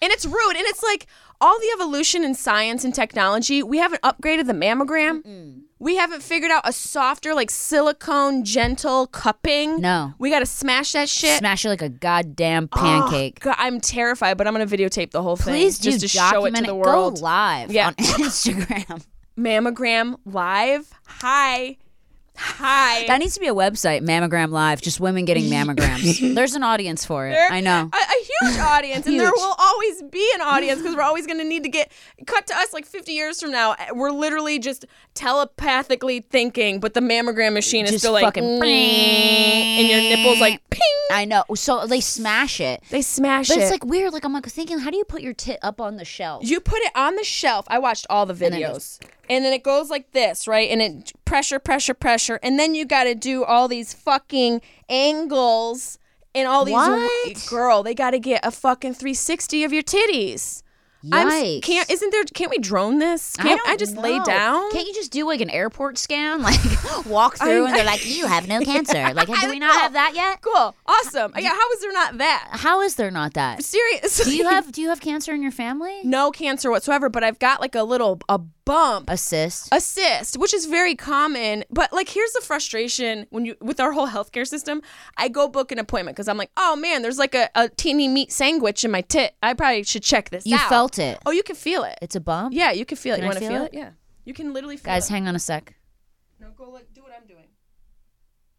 S4: and it's rude. And it's like all the evolution in science and technology. We haven't upgraded the mammogram. We haven't figured out a softer, like silicone, gentle cupping.
S5: No.
S4: we got to smash that shit.
S5: smash it like a goddamn
S4: Oh,
S5: pancake.
S4: God, I'm terrified, but I'm gonna videotape the whole thing
S5: Please
S4: just
S5: do
S4: to show it
S5: document
S4: to the
S5: it.
S4: world.
S5: Go live
S4: Yeah.
S5: on Instagram.
S4: Mammogram live. Hi, hi.
S5: That needs to be a website, Mammogram Live, just women getting mammograms. There's an audience for it. I know.
S4: a, a huge audience, and there
S5: Huge.
S4: will always be an audience because we're always going to need to get cut to us like 50 years from now. Eh, We're literally just telepathically thinking, but the mammogram machine is
S5: Just
S4: still like,
S5: fucking
S4: and your nipples like ping.
S5: I know. So they smash it.
S4: They smash
S5: But
S4: it.
S5: it's like weird. Like I'm like thinking, how do you put your tit up on the shelf?
S4: you put it on the shelf. I watched all the
S5: then
S4: videos, and, and then it goes like this, right? And it pressure, pressure, pressure, and then you got to do all these fucking angles and all these.
S5: What?
S4: Girl, they got to get a fucking 360 of your titties. I'm s-
S5: Yikes.
S4: can't. Isn't there? Can't we drone this? Can't I,
S5: don't
S4: just lay
S5: know.
S4: down?
S5: Can't you just do like an airport scan, like walk through, and they're like, "You have no cancer." Like, do we not have that yet?
S4: Cool, awesome. Yeah, how is there not that?
S5: How is there not that?
S4: Seriously,
S5: Do you have Do you have cancer in your family?
S4: no cancer whatsoever? But I've got like a little a bump,
S5: A cyst.
S4: a cyst, which is very common. But like, here's the frustration when you with our whole healthcare system. I go book an appointment because I'm like, oh man, there's like a, a teeny meat sandwich in my tit. I probably should check this.
S5: You
S4: out."
S5: felt it.
S4: Oh, you can feel it.
S5: It's a bump.
S4: yeah, you can feel it.
S5: Can I
S4: you want to
S5: feel
S4: feel
S5: it?
S4: it? Yeah, you can literally feel
S5: Guys,
S4: it.
S5: hang on a sec.
S4: No, go look, do what I'm doing.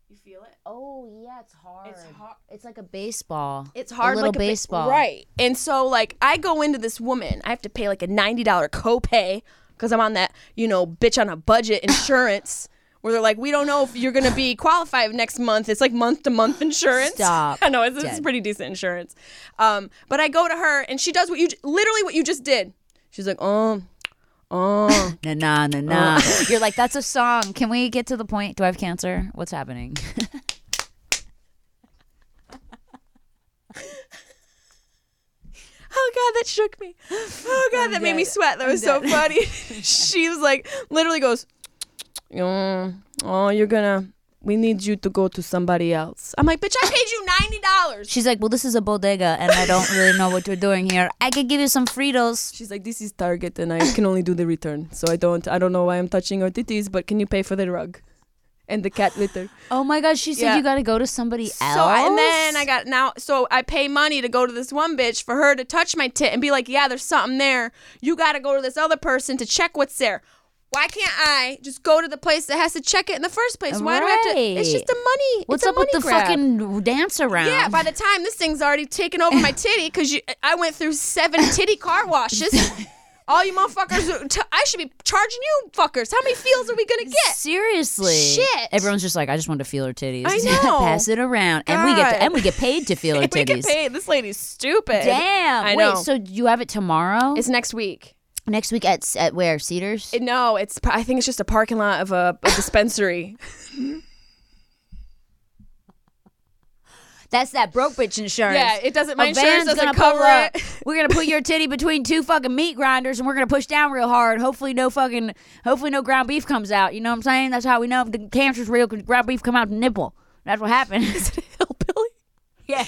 S4: You feel it?
S5: Oh yeah, it's hard.
S4: It's hard.
S5: It's like a baseball.
S4: It's hard,
S5: A little
S4: like ba-
S5: baseball.
S4: right? And so, like, I go into this woman. I have to pay like a ninety dollar copay because I'm on that, you know, bitch on a budget insurance. Where they're like, we don't know if you're gonna be qualified next month. It's like month to month insurance.
S5: Stop.
S4: I know it's, it's
S5: Dead.
S4: pretty decent insurance. Um, but I go to her and she does what you j- literally what you just did. She's like, um, um.
S5: Na na na na. You're like, that's a song. Can we get to the point? Do I have cancer? What's happening?
S4: oh god that shook me oh god that made me sweat that was so funny she was like literally goes "Mm, oh you're gonna we need you to go to somebody else i'm like bitch i paid you $90
S5: She's like, well, this is a bodega, and I don't really know what you're doing here. I could give you some Fritos.
S4: she's like this is target and i can only do the return so i don't i don't know why i'm touching your titties but can you pay for the rug and the cat litter
S5: Oh my gosh, she said
S4: Yeah.
S5: you got to go to somebody else.
S4: So I, and then I got now. So I pay money to go to this one bitch for her to touch my tit and be like, "Yeah, there's something there. You got to go to this other person to check what's there." Why can't I just go to the place that has to check it in the first place? Why do I have to? It's
S5: Right.
S4: just a money.
S5: What's
S4: it's a
S5: up with
S4: money
S5: the
S4: grab.
S5: fucking dance around?
S4: Yeah, by the time this thing's already taken over my titty, because I went through seven titty car washes. All you motherfuckers, who t- I should be charging you fuckers. How many feels are we gonna get?
S5: Seriously,
S4: Shit.
S5: Everyone's just like, I just want to feel her titties.
S4: I know.
S5: Pass it around, and we get
S4: God.
S5: to, and we get paid to feel her
S4: we get
S5: titties.
S4: paid. This lady's stupid.
S5: Damn.
S4: I
S5: Wait,
S4: know.
S5: so you have it tomorrow?
S4: it's next week.
S5: next week at s- at where Cedars?
S4: It- No, it's. p- I think it's just a parking lot of a, a dispensary.
S5: That's that broke bitch insurance.
S4: Yeah, it doesn't- my
S5: A
S4: insurance
S5: van's
S4: doesn't
S5: gonna
S4: cover
S5: pull up.
S4: it.
S5: We're gonna put your titty between two fucking meat grinders, and we're gonna push down real hard. Hopefully, no fucking, hopefully no ground beef comes out. You know what I'm saying? That's how we know if the cancer's real. 'cause ground beef come out the nipple. That's what happened.
S4: Hillbilly.
S5: yeah.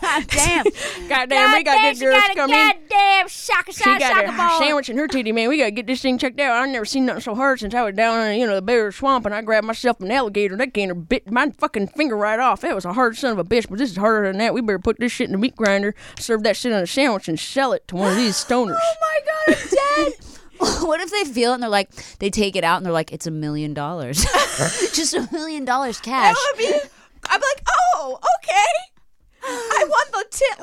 S5: God damn.
S4: Goddamn, we got good
S5: she
S4: girls
S5: got a
S4: coming in.
S5: goddamn shaka
S4: She
S5: shaka
S4: got
S5: shaka
S4: a
S5: ball.
S4: sandwich in her titty, man. We gotta get this thing checked out. I've never seen nothing so hard since I was down in you know the bear swamp and I grabbed myself an alligator. That gator bit my fucking finger right off. That was a hard son of a bitch, but this is harder than that. We better put this shit in the meat grinder, serve that shit on a sandwich, and sell it to one of these stoners.
S5: Oh my god, I'm dead. what if they feel it and they're like, they take it out and they're like, it's a million dollars, just a million dollars cash.
S4: I'm like, oh, okay. I won the tit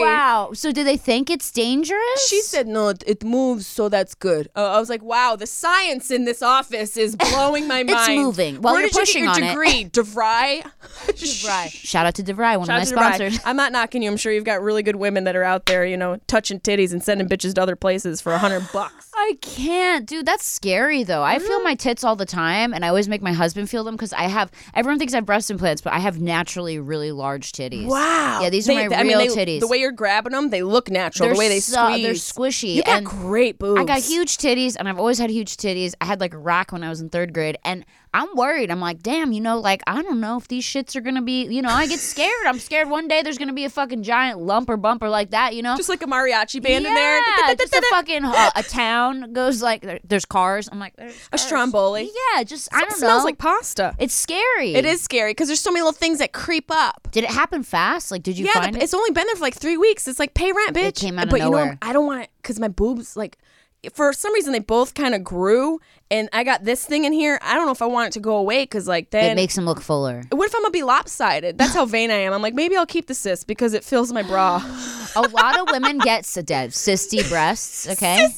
S5: Wow. So do they think it's dangerous?
S4: She said, no, it, it moves, so that's good. Uh, I was like, wow, the science in this office is blowing my
S5: It's
S4: mind.
S5: moving. While
S4: Where
S5: you're
S4: did you
S5: pushing
S4: get
S5: on
S4: your
S5: it.
S4: degree? DeVry? DeVry.
S5: Shout out to DeVry, one of my sponsors.
S4: I'm not knocking you. I'm sure you've got really good women that are out there, you know, touching titties and sending bitches to other places for a hundred bucks.
S5: I can't, dude. That's scary, though. I feel my tits all the time, and I always make my husband feel them because I have. Everyone thinks I have breast implants, but I have naturally really large titties.
S4: Wow.
S5: Yeah, these
S4: They-
S5: are my
S4: I mean,
S5: real
S4: they-
S5: titties.
S4: The way you're grabbing them, they look natural.
S5: They're
S4: the way they
S5: so-
S4: squeeze.
S5: they're squishy,
S4: You got
S5: and
S4: great boobs.
S5: I got huge titties, and I've always had huge titties. I had like a rock when I was in third grade, and I'm worried. I'm like, damn, you know, like I don't know if these shits are gonna be. You know, I get scared. I'm scared one day there's gonna be a fucking giant lump or bumper like that. You know,
S4: Just like a mariachi band in there.
S5: Yeah, just a fucking uh, a town goes like there- there's cars. I'm like there's
S4: A
S5: cars.
S4: stromboli.
S5: Yeah, just I
S4: It
S5: don't
S4: smells
S5: know.
S4: like pasta.
S5: it's scary.
S4: It is scary because there's so many little things that creep up.
S5: Did it happen fast? Like, did you
S4: yeah,
S5: find
S4: the,
S5: it?
S4: it's only been there for like three weeks. It's like pay rent, bitch.
S5: came out of
S4: but you know,
S5: nowhere.
S4: what? I don't want it because my boobs like. For some reason, they both kind of grew, and I got this thing in here. I don't know if I want it to go away because, like, then
S5: It makes him look fuller.
S4: what if I'm gonna be lopsided? That's how vain I am. I'm like, maybe I'll keep the cyst because it fills my bra.
S5: A lot of women get s- dead cysty breasts. Okay,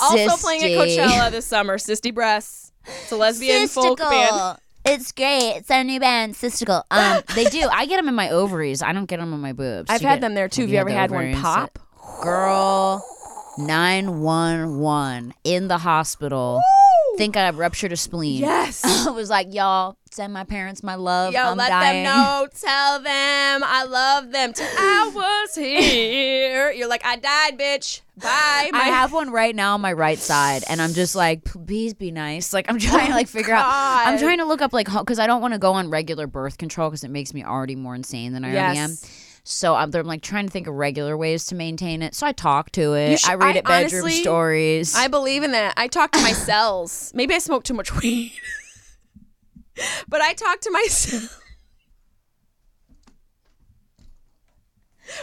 S4: Also playing at
S5: Cysty.
S4: Coachella this summer, Sisty Breasts. It's a lesbian folk band.
S5: It's great. It's our new band, Cystical. Um, they do. I get them in my ovaries. I don't get them in my boobs.
S4: I've
S5: You
S4: had
S5: get-
S4: them there too. Have you ever
S5: the
S4: had one
S5: ovarian cyst.
S4: pop?
S5: girl 911 in the hospital think I ruptured a spleen.
S4: Yes.
S5: I was like, y'all, send my parents my love.
S4: Yo,
S5: I'm
S4: let
S5: dying.
S4: them know. Tell them I love them. T- I was here. You're like, I died, bitch. Bye.
S5: I have one right now on my right side, and I'm just like, please be nice. Like I'm trying to like figure out. I'm
S4: Oh God.
S5: trying to look up like because I don't want to go on regular birth control because it makes me already more insane than I already am.
S4: Yes.
S5: So I'm, I'm like trying to think of regular ways to maintain it. So I talk to
S4: You
S5: it.
S4: should-
S5: I read
S4: I
S5: it bedroom
S4: honestly-
S5: stories.
S4: I believe in that. I talk to my cells. Maybe I smoke too much weed. but I talk to myself.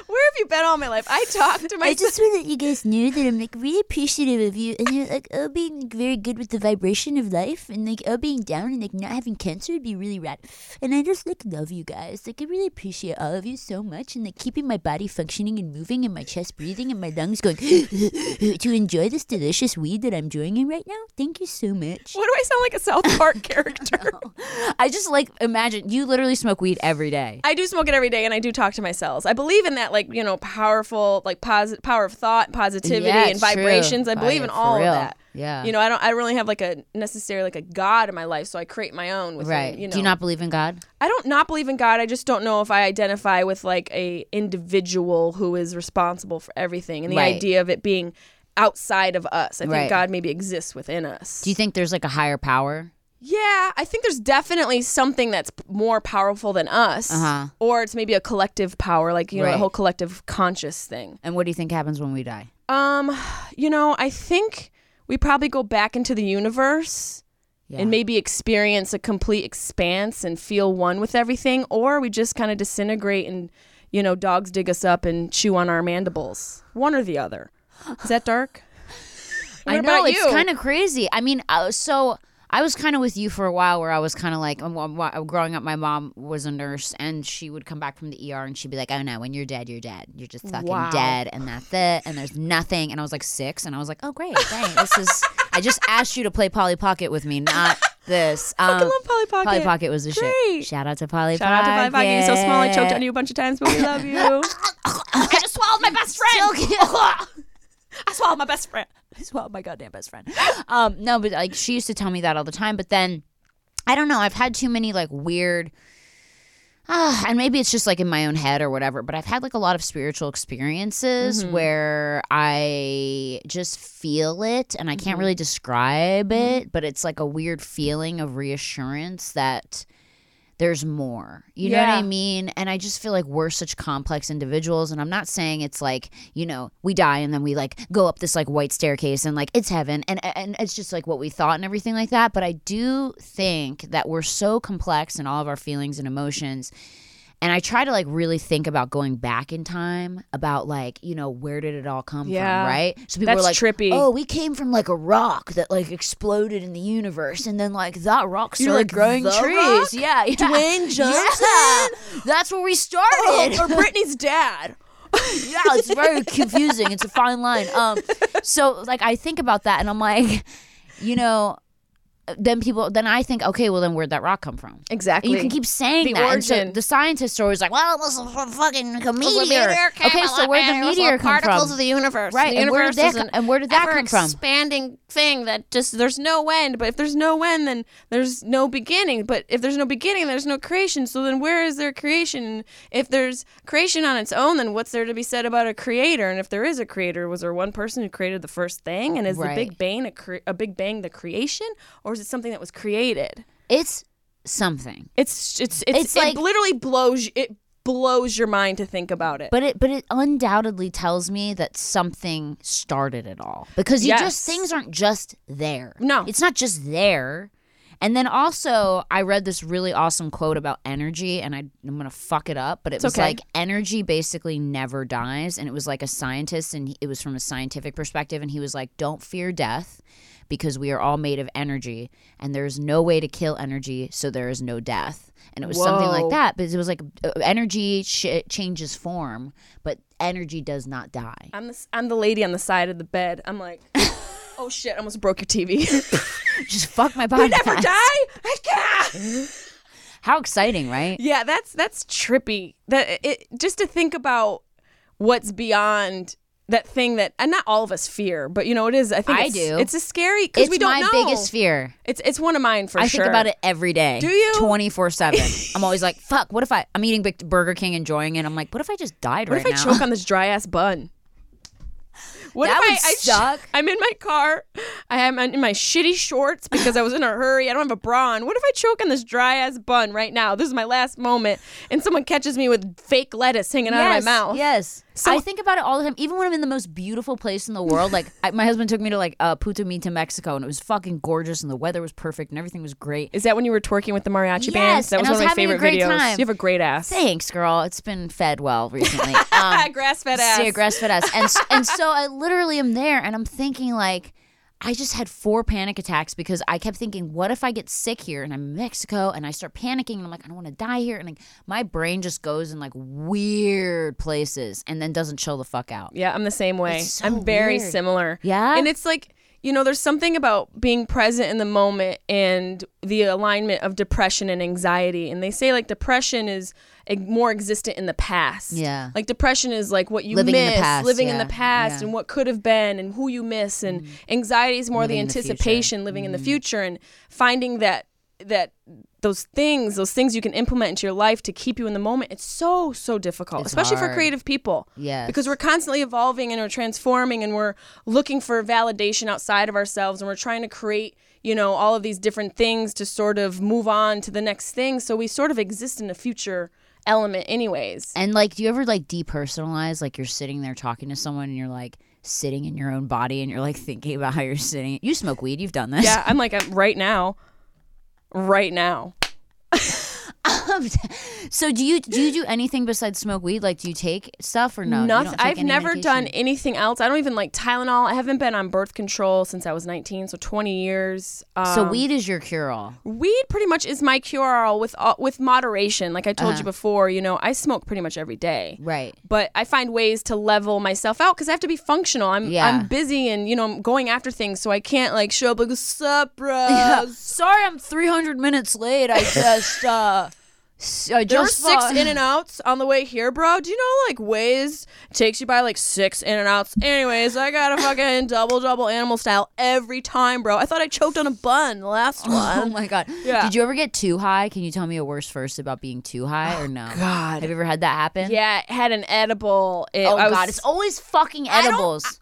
S4: Where have you been all my life? I talk to myself.
S8: I just want to let you guys know that I'm like really appreciative of you, and you're like oh being like, very good with the vibration of life, and like oh being down and like not having cancer would be really rad. And I just like love you guys. Like I really appreciate all of you so much, and like keeping my body functioning and moving, and my chest breathing, and my lungs going to enjoy this delicious weed that I'm drinking right now. Thank you so much.
S4: what do I sound like a South Park character?
S5: I just like imagine you literally smoke weed every day.
S4: I do smoke it every day, and I do talk to my cells. I believe in that, like you know, powerful, like posit- power of thought, positivity,
S5: Yeah,
S4: and
S5: it's true.
S4: vibrations. I
S5: By-
S4: believe in
S5: for
S4: all
S5: real.
S4: of that.
S5: Yeah.
S4: you know, I don't. I don't really have like a necessary like a god in my life, so I create my own. Within,
S5: right.
S4: You know,
S5: Do you not believe in God?
S4: I don't not believe in God. I just don't know if I identify with like a individual who is responsible for everything and the
S5: Right.
S4: idea of it being outside of us. I think
S5: Right.
S4: God maybe exists within us.
S5: Do you think there's like a higher power?
S4: yeah, I think there's definitely something that's p- more powerful than us,
S5: Uh-huh.
S4: or it's maybe a collective power, like you know,
S5: Right.
S4: the whole collective conscious thing.
S5: And what do you think happens when we die?
S4: Um, you know, I think we probably go back into the universe
S5: Yeah.
S4: and maybe experience a complete expanse and feel one with everything, or we just kind of disintegrate and, you know, dogs dig us up and chew on our mandibles. One or the other. Is that dark?
S5: I
S4: What
S5: know
S4: about
S5: it's
S4: you?
S5: kind of crazy. I mean, uh, so I was kind of with you for a while, where I was kind of like, um, um, wa- growing up, my mom was a nurse, and she would come back from the ER, and she'd be like, "Oh no, when you're dead, you're dead. You're just fucking
S4: Wow.
S5: dead, and that's it, and there's nothing." And I was like six, and I was like, "Oh great, dang, this is." I just asked you to play Polly Pocket with me, not this. Um,
S4: love Polly Pocket.
S5: Polly Pocket was the
S4: Great.
S5: shit. Shout out to Polly
S4: Shout out
S5: Pocket.
S4: to my Foggy. You're so small. I choked on you a bunch of times, but we love you.
S5: I just swallowed my best friend.
S4: I swallowed my best friend.
S5: as well my goddamn best friend um no but like she used to tell me that all the time but then i don't know i've had too many like weird Ah, and maybe it's just like in my own head or whatever, but I've had like a lot of spiritual experiences where I just feel it and I can't really describe it, but it's like a weird feeling of reassurance that there's more. You know what I
S4: Yeah.
S5: mean? And I just feel like we're such complex individuals. And I'm not saying it's like, you know, we die and then we like go up this like white staircase and like it's heaven and and it's just like what we thought and everything like that. But I do think that we're so complex in all of our feelings and emotions. And I try to like really think about going back in time about like, you know, where did it all come
S4: Yeah.
S5: from, right? So people
S4: That's
S5: were like,
S4: trippy.
S5: oh, we came from like a rock that like exploded in the universe, and then like that rock
S4: You're
S5: started
S4: like,
S5: growing
S4: "The
S5: trees.
S4: rock?
S5: Yeah, yeah,
S4: Dwayne Oh,
S5: Yeah. That's where we started.
S4: or Britney's dad.
S5: yeah, it's very confusing. It's a fine line. Um, so like I think about that, and I'm like, you know, then people, then I think, okay, well then where'd that rock come from?
S4: Exactly.
S5: And you can keep saying
S4: The
S5: that. And so
S4: origin.
S5: the scientists are always like, well,
S8: Well, it was a fucking a
S5: meteor.
S3: came
S5: Okay,
S3: a
S5: so
S3: lot,
S5: where'd the
S3: man. It was
S5: meteor
S3: little
S5: come from?
S3: particles of the universe.
S5: Right,
S3: The
S5: and where
S3: universe
S5: did that
S3: is
S5: co-
S3: an
S5: and where did that come from?
S3: Expanding thing that just
S4: there's no end, but if there's no end, then there's no beginning. But if there's no beginning, there's no creation. So then where is there creation? If there's creation on its own, then what's there to be said about a creator? And if there is a creator, was there one person who created the first thing? And is
S5: Right.
S4: the Big Bang a, cre- a Big Bang the creation, or is it something that was created?
S5: it's something.
S4: It's it's it's,
S5: It's
S4: it
S5: like-
S4: literally blows it blows your mind to think about it.
S5: But it but it undoubtedly tells me that something started it all. Because you just
S4: Yes.
S5: things aren't just there.
S4: No.
S5: It's not just there. And then also I read this really awesome quote about energy and I I'm gonna fuck it up, but it was
S4: okay.
S5: like energy basically never dies. And it was like a scientist and he- it was from a scientific perspective and he was like, Don't fear death because we are all made of energy and there is no way to kill energy, so there is no death. And it was something like
S4: Whoa.
S5: that that, but it was like uh, energy sh- changes form, but energy does not die.
S4: I'm the s- I'm the lady on the side of the bed. I'm like, oh shit, I almost broke your TV.
S5: Just fuck my
S4: I
S5: body.
S4: never die. I can't.
S5: How exciting, right?
S4: Yeah, that's that's trippy. That it just to think about what's beyond that thing that and not all of us fear, but you know it is. I think
S5: I
S4: it's,
S5: do.
S4: It's a scary because
S5: It's
S4: we don't
S5: my
S4: know.
S5: biggest fear.
S4: It's it's one of mine for
S5: I
S4: sure.
S5: think about it every day.
S4: Do you?
S5: 24 7. I'm always like, fuck, what if I, I'm eating Big- Burger King, enjoying it. I'm like, what if I just died
S4: What
S5: right
S4: if I
S5: now?
S4: choke on this dry ass bun? What
S5: That
S4: if I,
S5: would
S4: I
S5: suck.
S4: I'm in my car. I am in my shitty shorts because I was in a hurry. I don't have a bra on. What if I choke on this dry ass bun right now? This is my last moment, and someone catches me with fake lettuce hanging out
S5: yes,
S4: of my mouth.
S5: Yes.
S4: So-
S5: I think about it all the time. Even when I'm in the most beautiful place in the world, like I, my husband took me to like uh, Putumayo, Mexico, and it was fucking gorgeous, and the weather was perfect, and everything was great.
S4: Is that when you were twerking with the mariachi
S5: Yes,
S4: bands? That
S5: and
S4: was
S5: I
S4: one
S5: was
S4: of my
S5: having a
S4: favorite
S5: great
S4: videos.
S5: time.
S4: You have a great ass.
S5: Thanks, girl. It's been fed well recently. Um,
S4: grass fed
S5: See
S4: ass.
S5: a grass fed ass. And, s- and so I literally am there and I'm thinking, like, I just had four panic attacks because I kept thinking, what if I get sick here and I'm in Mexico and I start panicking and I'm like, I don't want to die here. And like, my brain just goes in like weird places and then doesn't chill the fuck out.
S4: Yeah, I'm the same way.
S5: It's so
S4: I'm very
S5: weird.
S4: similar.
S5: Yeah?
S4: And it's like, you know, there's something about being present in the moment and the alignment of depression and anxiety. And they say like depression is eh, more existent in the past.
S5: Yeah.
S4: Like depression is like what you
S5: Living in the
S4: miss,
S5: past,
S4: living in
S5: yeah,
S4: the past
S5: yeah. Mm.
S4: and what could have been and who you miss. And anxiety is more the
S5: Living in the future. Mm.
S4: anticipation, living in the future and finding that that those things those things you can implement into your life to keep you in the moment it's so so difficult
S5: It's
S4: especially for
S5: hard.
S4: creative people
S5: Yes.
S4: because we're constantly evolving and we're transforming and we're looking for validation outside of ourselves and we're trying to create you know all of these different things to sort of move on to the next thing so we sort of exist in a future element anyways
S5: And like, do you ever like depersonalize? Like, you're sitting there talking to someone and you're like sitting in your own body and you're like thinking about how you're sitting. You smoke weed, you've done this.
S4: yeah i'm like i'm right now right now
S5: So do you do you do anything besides smoke weed? Like, do you take stuff or no? You
S4: Nothing.
S5: don't take
S4: I've
S5: any
S4: never done
S5: medication?
S4: anything else. I don't even like Tylenol. I haven't been on birth control since I was 19, so 20 years. Um,
S5: So weed is your cure all.
S4: weed pretty much is my cure all with all, with moderation. Like I told
S5: Uh-huh.
S4: you before, you know, I smoke pretty much every day.
S5: Right.
S4: But I find ways to level myself out because I have to be functional. I'm
S5: Yeah.
S4: I'm busy and you know I'm going after things, so I can't like show up like what's up, bro.
S5: Sorry, I'm 300 minutes late. I just uh, s- I
S4: There were
S5: just
S4: six
S5: fu-
S4: in and outs on the way here, bro. Do you know like Waze takes you by like six in and outs? Anyways, I got a fucking double double animal style every time, bro. I thought I choked on a bun the last
S5: Oh
S4: one.
S5: my god!
S4: Yeah.
S5: Did you ever get too high? Can you tell me a worse first about being too high or no? God, have you ever had that happen?
S4: Oh yeah, it had an edible. It,
S5: Oh
S4: I
S5: god,
S4: was-
S5: it's always fucking
S4: don't-
S5: edibles.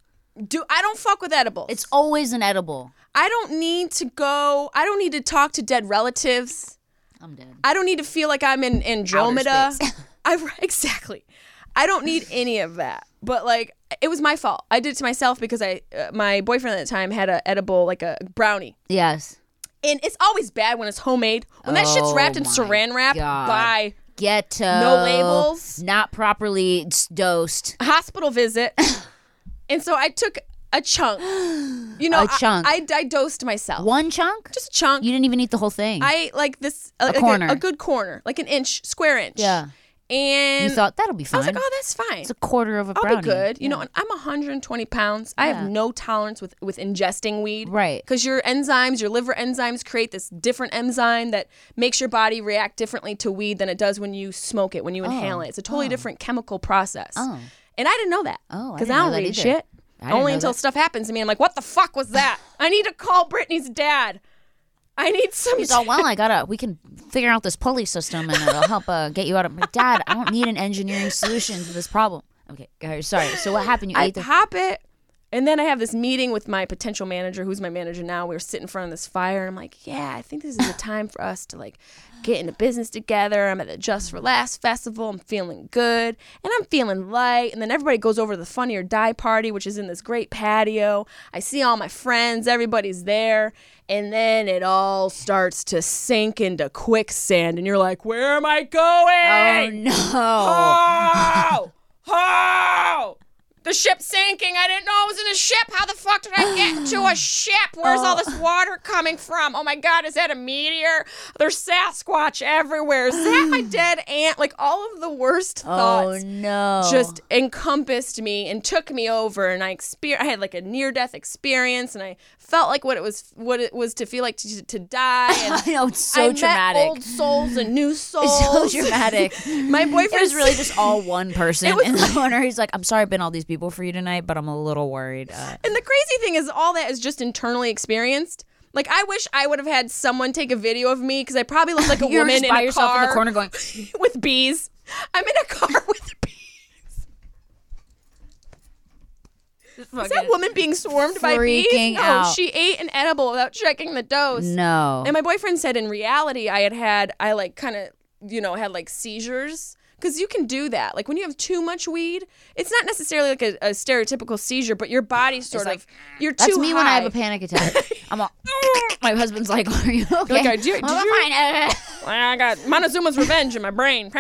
S4: do I don't fuck with edibles.
S5: It's always an edible.
S4: I don't need to go. I don't need to talk to dead relatives.
S5: I'm dead.
S4: I don't need to feel like I'm in Andromeda. I exactly. I don't need any of that. But like, it was my fault. I did it to myself because I, uh, my boyfriend at the time had a edible, like a brownie,
S5: Yes.
S4: and it's always bad when it's homemade. When that shit's
S5: Oh
S4: wrapped in
S5: my
S4: Saran wrap,
S5: God.
S4: bye.
S5: Ghetto.
S4: No labels.
S5: uh, Not properly s- dosed.
S4: Hospital visit, and so I took a chunk. You know,
S5: A
S4: I-
S5: chunk.
S4: I, I dosed myself.
S5: One chunk.
S4: Just a chunk.
S5: you didn't even eat the whole thing.
S4: I ate like this a, like a-
S5: corner.
S4: a, good corner, like an inch, square inch.
S5: Yeah.
S4: And
S5: you thought that'll be
S4: I
S5: fine.
S4: was like, oh, that's fine.
S5: it's a quarter of a
S4: I'll
S5: brownie.
S4: be good. You know, and I'm 120 pounds. I have no tolerance with with ingesting weed.
S5: Right.
S4: Because your enzymes, your liver enzymes, create this different enzyme that makes your body react differently to weed than it does when you smoke it, when you inhale it. It's a totally different chemical process.
S5: Oh.
S4: And I didn't know that.
S5: Oh, I
S4: Because
S5: didn't
S4: I,
S5: know
S4: don't
S5: that
S4: read
S5: either.
S4: shit.
S5: I didn't
S4: Only
S5: know
S4: until
S5: that.
S4: stuff happens to me. I'm like, what the fuck was that? I need to call Brittany's dad. I need some.
S5: He's all, well, I gotta, we can figure out this pulley system and it'll help uh, get you out of, Dad, I don't need an engineering solution to this problem. Okay, go- sorry. So what happened? You
S4: I
S5: ate the,
S4: pop it. And then I have this meeting with my potential manager, who's my manager now. We were sitting in front of this fire, and I'm like, "Yeah, I think this is a time for us to like get into business together." I'm at the Just for Last festival. I'm feeling good, and I'm feeling light. And then everybody goes over to the Funny or Die party, which is in this great patio. I see all my friends. Everybody's there, and then it all starts to sink into quicksand. And you're like, "Where am I going?"
S5: oh no.
S4: Oh! Oh! The ship's sinking. I didn't know I was in a ship. How the fuck did I get to a ship? Where's all this water coming from? Oh my god, is that a meteor? There's Sasquatch everywhere. Is that my dead aunt? Like all of the worst
S5: oh
S4: thoughts
S5: no.
S4: just encompassed me and took me over and I exper- I had like a near death experience and I felt like what it was what it was to feel like to, to die and
S5: I know, it's so
S4: I
S5: dramatic.
S4: Met old souls and new souls.
S5: It's so dramatic.
S4: My boyfriend
S5: It was really just all one person
S4: It was
S5: in the corner. He's like, I'm sorry, I've been all these people for you tonight, but I'm a little worried. Uh,
S4: And the crazy thing is, all that is just internally experienced. Like, I wish I would have had someone take a video of me because I probably look like a
S5: you were
S4: woman
S5: just by
S4: in a
S5: yourself
S4: car
S5: in the corner going,
S4: with bees. I'm in a car with bees. Is that woman being swarmed by bees?
S5: freaking
S4: No,
S5: out.
S4: she ate an edible without checking the dose.
S5: no.
S4: And my boyfriend said in reality, I had had, I like kind of, you know, had like seizures. Because you can do that. Like when you have too much weed, it's not necessarily like a, a stereotypical seizure, but your body's sort of, you're
S5: That's
S4: too
S5: me when I have
S4: high.
S5: a panic attack. I'm all, my husband's like, are you okay?
S4: like, "Did you-
S5: "Oh,
S4: did
S5: I'm
S4: you-"
S5: fine. Uh,
S4: I got Montezuma's revenge in my brain.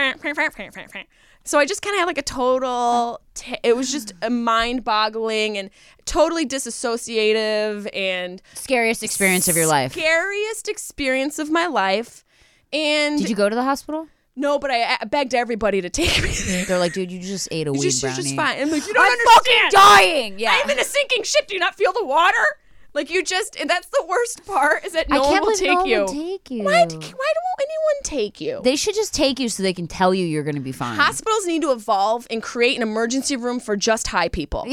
S4: So I just kind of had like a total. T- it was just a mind-boggling and totally disassociative and
S5: Scariest experience of your life.
S4: scariest experience of my life. And
S5: Did you go to the hospital?
S4: no, but I, I begged everybody to take me. there.
S5: They're like, dude, you just ate a weed
S4: You're just, you're
S5: brownie.
S4: just fine. I'm like, you don't
S5: I'm fucking
S4: understand.
S5: dying. Yeah.
S4: I'm in a sinking ship. Do you not feel the water? Like you just. And that's the worst part is that
S5: I
S4: no one
S5: can't
S4: will
S5: believe
S4: take
S5: no one
S4: you.
S5: would take you.
S4: Why? d- Why won't anyone take you?
S5: They should just take you so they can tell you you're going to be fine.
S4: Hospitals need to evolve and create an emergency room for just high people.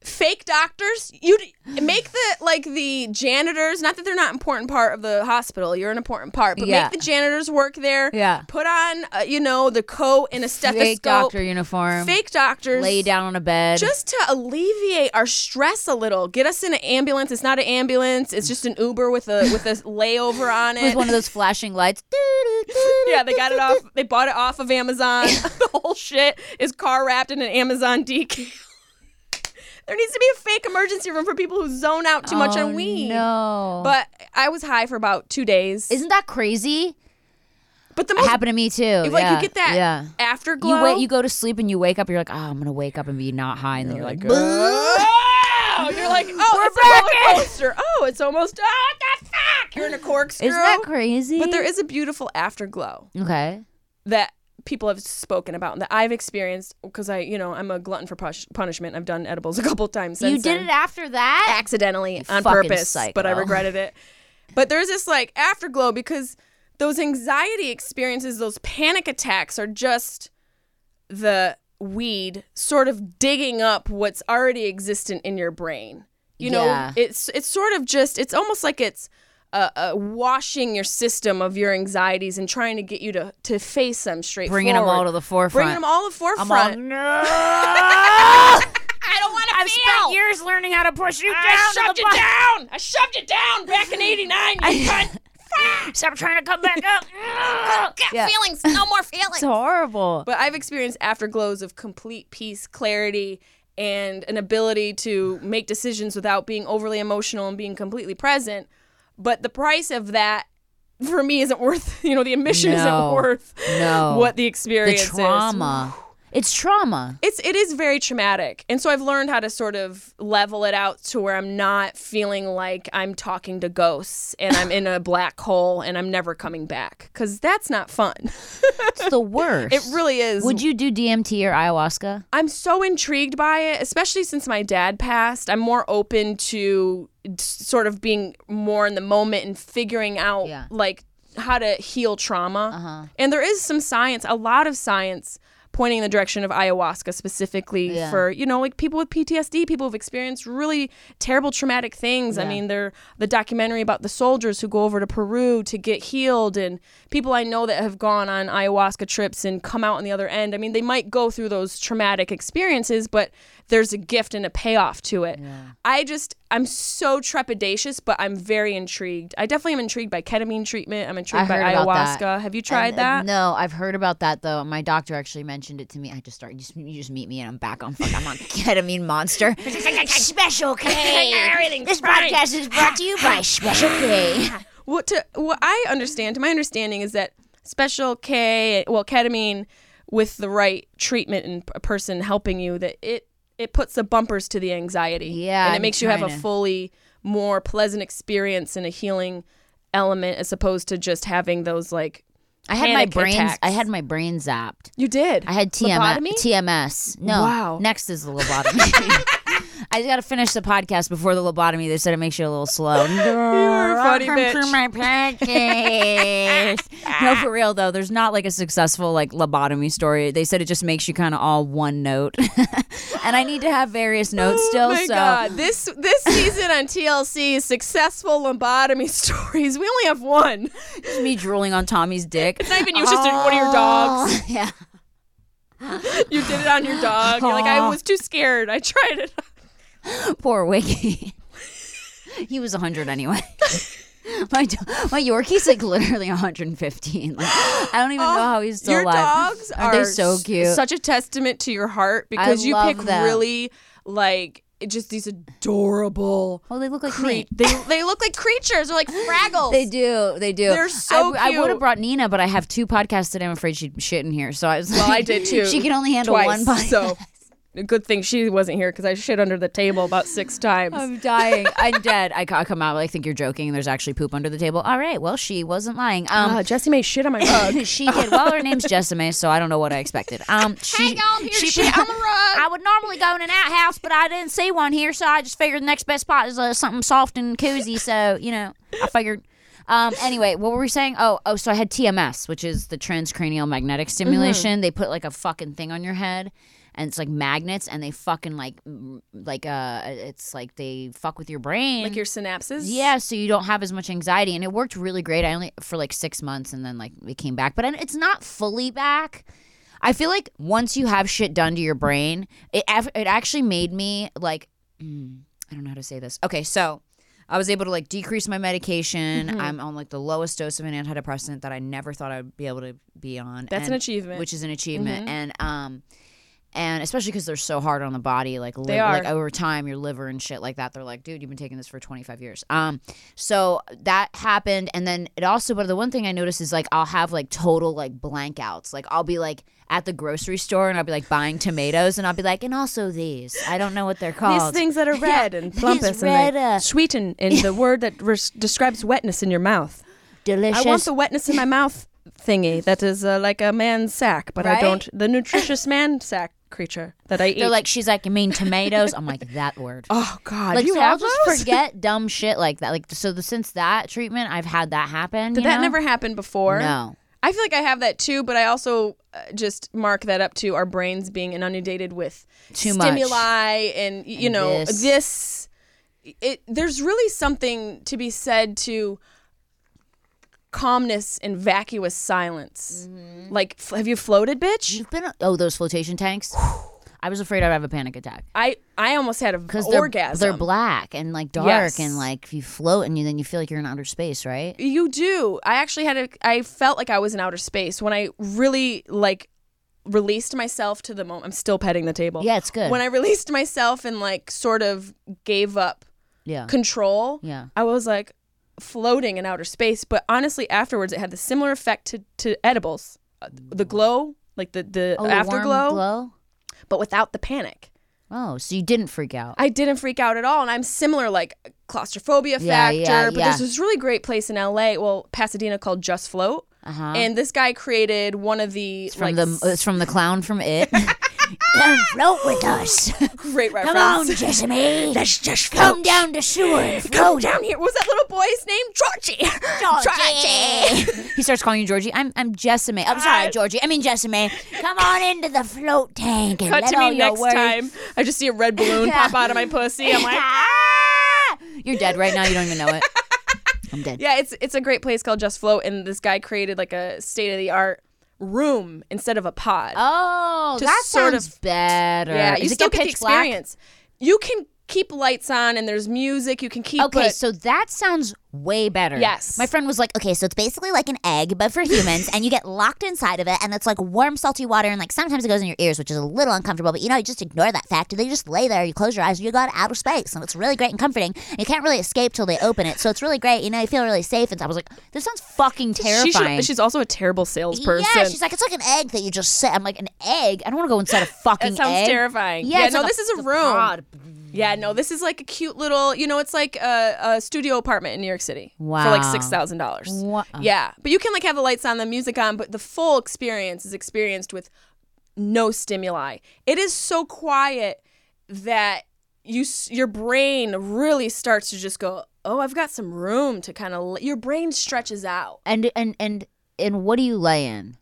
S4: Fake doctors, you make the like the janitors. Not that they're not an important part of the hospital. You're an important part, but
S5: Yeah.
S4: make the janitors work there.
S5: Yeah.
S4: Put on, uh, you know, the coat and a stethoscope.
S5: Fake doctor uniform.
S4: Fake doctors.
S5: Lay down on a bed.
S4: Just to alleviate our stress a little, get us in an ambulance. It's not an ambulance. It's just an Uber with a with a layover on it.
S5: with one of those flashing lights.
S4: Yeah, they got it off. They bought it off of Amazon. the whole shit is car wrapped in an Amazon decal. there needs to be a fake emergency room for people who zone out too much on weed.
S5: Oh, No.
S4: But I was high for about two days.
S5: Isn't that crazy?
S4: but the
S5: It
S4: most
S5: happened to me too.
S4: like
S5: yeah.
S4: you get that
S5: Yeah.
S4: afterglow.
S5: You wait. You go to sleep and you wake up. You're like, oh, I'm gonna wake up and be not high, and then you're like,
S4: Oh, you're like, oh, it's a roller coaster. Oh, it's almost. Oh, what the fuck? You're in a corkscrew.
S5: isn't that crazy?
S4: But there is a beautiful afterglow.
S5: okay.
S4: that people have spoken about and that I've experienced because I, you know, I'm a glutton for push- punishment. I've done edibles a couple times since
S5: You did
S4: then.
S5: it after that.
S4: accidentally on
S5: fucking
S4: purpose, but I
S5: psycho.
S4: regretted it. But there's this like afterglow because those anxiety experiences, those panic attacks are just the weed sort of digging up what's already existent in your brain. You know,
S5: Yeah.
S4: it's it's sort of just it's almost like it's uh, uh, washing your system of your anxieties and trying to get you to to face them straight.
S5: Bringing 'em all
S4: forward.
S5: to the forefront.
S4: Bringing them all to the
S5: I'm
S4: forefront.
S5: all, no.
S4: I don't want to
S5: I've spent years learning how to push you down. to the bottom.
S4: down. I shoved it down back in '89. You cunt.
S5: Stop trying to come back up. yeah.
S3: Feelings, no more feelings.
S5: It's horrible.
S4: But I've experienced afterglows of complete peace, clarity, and an ability to make decisions without being overly emotional and being completely present. But the price of that for me isn't worth, you know, the admission
S5: No.
S4: isn't worth
S5: No.
S4: what the
S5: the
S4: experience is.
S5: trauma. It's trauma.
S4: It's it is very traumatic. And so I've learned how to sort of level it out to where I'm not feeling like I'm talking to ghosts and I'm in a black hole and I'm never coming back cuz that's not fun.
S5: It's the worst.
S4: it really is.
S5: Would you do DMT or ayahuasca?
S4: I'm so intrigued by it, especially since my dad passed. I'm more open to s- sort of being more in the moment and figuring out
S5: Yeah.
S4: like how to heal trauma. And there is some science, a lot of science pointing in the direction of ayahuasca specifically
S5: Yeah.
S4: for you know like people with PTSD people who've experienced really terrible traumatic things I mean there the documentary about the soldiers who go over to Peru to get healed and people I know that have gone on ayahuasca trips and come out on the other end I mean they might go through those traumatic experiences but there's a gift and a payoff to it I just I'm so trepidatious but I'm very intrigued I definitely am intrigued by ketamine treatment I'm intrigued by
S5: heard about
S4: ayahuasca
S5: that.
S4: have you
S5: And,
S4: tried
S5: uh,
S4: that
S5: No, I've heard about that though. My doctor actually mentioned it to me. I just started. You just, you just meet me, and I'm back on. Fuck, I'm on ketamine monster.
S8: Special K. this podcast is brought to you by Special K.
S4: What to what I understand, to my understanding, is that special K, well, ketamine, with the right treatment and a person helping you, that it it puts the bumpers to the anxiety.
S5: Yeah,
S4: and it
S5: I'm
S4: makes you have a
S5: trying to-
S4: fully more pleasant experience and a healing element as opposed to just having those like
S5: I had my
S4: Panic
S5: brains.
S4: attacks.
S5: I had my brain zapped.
S4: you did.
S5: I had TMS.
S4: Lobotomy?
S5: TMS. No.
S4: Wow.
S5: Next is the lobotomy. I just got to finish the podcast before the lobotomy. They said it makes you a little slow. you
S4: are a funny bitch.
S5: to my podcast. no, for real though. There's not like a successful like lobotomy story. They said it just makes you kind of all one note, and I need to have various notes still.
S4: Oh my
S5: so
S4: god! This this season on TLC, successful lobotomy stories. We only have one.
S5: just me drooling on Tommy's dick.
S4: It's not even you. It's just one of your dogs.
S5: yeah.
S4: You did it on your dog. You're like, I was too scared. I tried it.
S5: Poor Wiggy. he was 100 anyway. my do- my Yorkie's like literally 115. Like I don't even know how he's still
S4: Oh, your
S5: alive.
S4: dogs
S5: Aren't
S4: are
S5: they so
S4: s-
S5: cute?
S4: Such a testament to your heart because you
S5: love
S4: pick
S5: them.
S4: really like it just these adorable.
S5: well, they look like
S4: crea-
S5: me.
S4: they they look like creatures. They're like Fraggles.
S5: They do. They do.
S4: They're so
S5: I, I would have
S4: cute.
S5: brought Nina, but I have two podcasts today. I'm afraid she'd shit in here. So I was
S4: Well, I
S5: like,
S4: did too.
S5: She can only handle
S4: twice,
S5: one podcast.
S4: So good thing she wasn't here because I shit under the table about six times.
S5: I'm dying. I'm dead. I, ca- I come out. I think you're joking. And there's actually poop under the table. All right. Well, she wasn't lying. Um,
S4: Ah, Jesse May shit on my rug.
S5: she did. Well, her name's Jessime, so I don't know what I expected. Um, she,
S8: Hang on, here's shit on the rug.
S5: I would normally go in an outhouse, but I didn't see one here, so I just figured the next best spot is uh, something soft and cozy. So you know, I figured. Um, anyway, what were we saying? Oh, oh, so I had TMS, which is the transcranial magnetic stimulation. They put like a fucking thing on your head, and it's like magnets, and they fucking like, m- like uh, it's like they fuck with your brain,
S4: like your synapses.
S5: yeah, so you don't have as much anxiety, and it worked really great. I only for like six months, and then like it came back, but I- it's not fully back. I feel like once you have shit done to your brain, it af- it actually made me like mm, I don't know how to say this. Okay, so I was able to like decrease my medication.
S4: Mm-hmm.
S5: I'm on like the lowest dose of an antidepressant that I never thought I would be able to be on.
S4: That's an
S5: and-
S4: achievement. Mm-hmm.
S5: which is an achievement, and um. And especially because they're so hard on the body, like li-
S4: They are.
S5: like over time, your liver and shit like that. They're like, dude, you've been taking this for 25 years. Um, so that happened, and then it also. But the one thing I noticed is like I'll have like total like blank outs. Like I'll be like at the grocery store and I'll be like buying tomatoes, and I'll be like, and also these. I don't know what they're
S4: These
S5: called.
S4: things that are red and plumpus
S5: red,
S4: and they
S5: uh,
S4: sweeten in the word that res- describes wetness in your mouth.
S5: Delicious.
S4: I want the wetness in my mouth thingy that is uh, like a man's sack, but I
S5: Right?
S4: don't. The nutritious man sack creature that I eat.
S5: they're like, she's like, you mean tomatoes? I'm like that word.
S4: oh god,
S5: like
S4: you
S5: so I'll
S4: have
S5: just
S4: those?
S5: forget dumb shit like that. Like so, the, since that treatment, I've had that happen.
S4: Did
S5: you
S4: that
S5: know?
S4: never happen before?
S5: No.
S4: I feel like I have that too, but I also uh, just mark that up to our brains being inundated with
S5: Too much.
S4: stimuli and y- you
S5: And
S4: know
S5: this.
S4: this. It there's really something to be said to calmness and vacuous silence.
S5: Mm-hmm.
S4: Like, f- have you floated, bitch?
S5: You've been oh those flotation tanks. I was afraid I'd have a panic attack
S4: I I almost had a
S5: because they're
S4: orgasm.
S5: they're black and like dark
S4: Yes.
S5: and like if you float and you then you feel like you're in outer space, right?
S4: You do. I actually had a. I felt like I was in outer space when I really like released myself to the moment. I'm still petting the table.
S5: Yeah, it's good.
S4: When I released myself and like sort of gave up
S5: Yeah,
S4: control,
S5: yeah.
S4: I was like floating in outer space. But honestly, afterwards, it had the similar effect to, to edibles. Uh, The glow, like the
S5: Mm.
S4: the
S5: Oh, the warm
S4: afterglow,
S5: glow.
S4: but without the panic.
S5: Oh, so you didn't freak out.
S4: I didn't freak out at all, and I'm similar, like claustrophobia
S5: Yeah,
S4: factor.
S5: yeah,
S4: but
S5: yeah.
S4: there's this really great place in LA, well, Pasadena, called Just Float,
S5: Uh-huh.
S4: and this guy created one of the
S5: It's from
S4: like
S5: the it's from the clown from it.
S8: Come float with us.
S4: great
S8: Come
S4: reference.
S8: on, Jessamy. Let's just come down the sewer and
S4: Come
S8: float.
S4: down here. What was that little boy's name? Georgie.
S8: Georgie.
S5: he starts calling you Georgie. I'm I'm Jessamy. I'm sorry, Georgie. I mean Jessamy.
S8: Come on into the float tank and
S4: Cut
S8: let
S4: to
S8: all
S4: me
S8: your
S4: next
S8: worries.
S4: time. I just see a red balloon pop out of my pussy. I'm like,
S5: You're dead right now. You don't even know it. I'm dead.
S4: yeah, it's it's a great place called Just Float, and this guy created like a state of the art room instead of a pod.
S5: Oh,
S4: Just
S5: that
S4: sort
S5: sounds
S4: of-
S5: better.
S4: Yeah,
S5: Does
S4: you
S5: Uh, it
S4: still get, the
S5: pitch black?
S4: experience. You can keep lights on and there's music. You can keep
S5: Okay,
S4: but-
S5: so that sounds way better.
S4: Yes.
S5: My friend was like,
S8: Okay, so it's basically like an egg, but for humans, and you get locked inside of it, and it's like warm, salty water, and like sometimes it goes in your ears, which is a little uncomfortable, but you know, you just ignore that fact. They just lay there, you close your eyes, you go to outer space, and it's really great and comforting. You can't really escape till they open it, so it's really great. You know, you feel really safe. And I was like,
S5: this sounds fucking
S4: she should-
S5: terrifying.
S4: she's also a terrible salesperson.
S8: yeah, she's like, it's like an egg that you just sit. I'm like, an egg?
S5: I don't want to go inside a fucking
S4: that sounds
S5: egg.
S4: terrifying.
S5: Yeah,
S4: Yeah,
S5: it's
S4: no,
S5: like
S4: this is
S5: the
S4: a room.
S5: pod.
S4: Yeah, no, this is like a cute little, you know, it's like a, a studio apartment in New York City for like
S5: Wow.
S4: six thousand dollars.
S5: Wha-
S4: Yeah, but you can like have the lights on, the music on, but the full experience is experienced with no stimuli. It is so quiet that you s- your brain really starts to just go, "Oh, I've got some room to kind of your brain stretches out
S5: And and and and what do you lay in?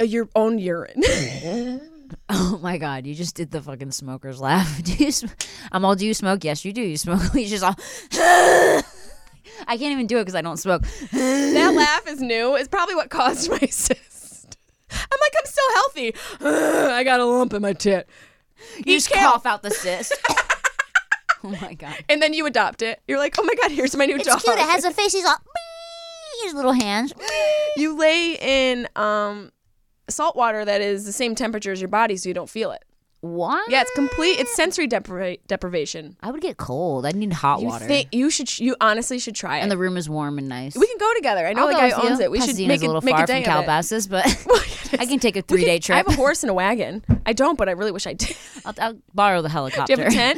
S4: Uh, your own urine."
S5: Oh my god, you just did the fucking smoker's laugh. Do you? Sm- I'm all. Do you smoke? Yes, you do. You smoke. You just all. I can't even do it because I don't smoke.
S4: that laugh is new. It's probably what caused my cyst. I'm like, I'm so healthy. I got a lump in my tit.
S5: You just
S4: kale.
S5: cough out the cyst. oh my god.
S4: And then you adopt it. You're like, oh my god, here's my new
S8: It's
S4: dog.
S8: cute. It has a face. He's all. His little hands.
S4: you lay in um, salt water that is the same temperature as your body, so you don't feel it.
S5: What?
S4: Yeah, it's complete. It's sensory depri- deprivation.
S5: I would get cold. I need hot
S4: You
S5: water.
S4: think you should? You honestly should try it.
S5: and the room is warm and nice.
S4: we can go together. I know
S5: I'll
S4: the
S5: go
S4: guy
S5: with you.
S4: owns it. We should
S5: Pasadena's
S4: make
S5: a little
S4: it, make
S5: far
S4: a day
S5: from
S4: of
S5: Calabasas, but
S4: it.
S5: I can take a
S4: We could-
S5: three-day
S4: I have
S5: trip.
S4: a horse and a wagon. I don't, but I really wish I did.
S5: I'll, I'll borrow the helicopter.
S4: Do you have a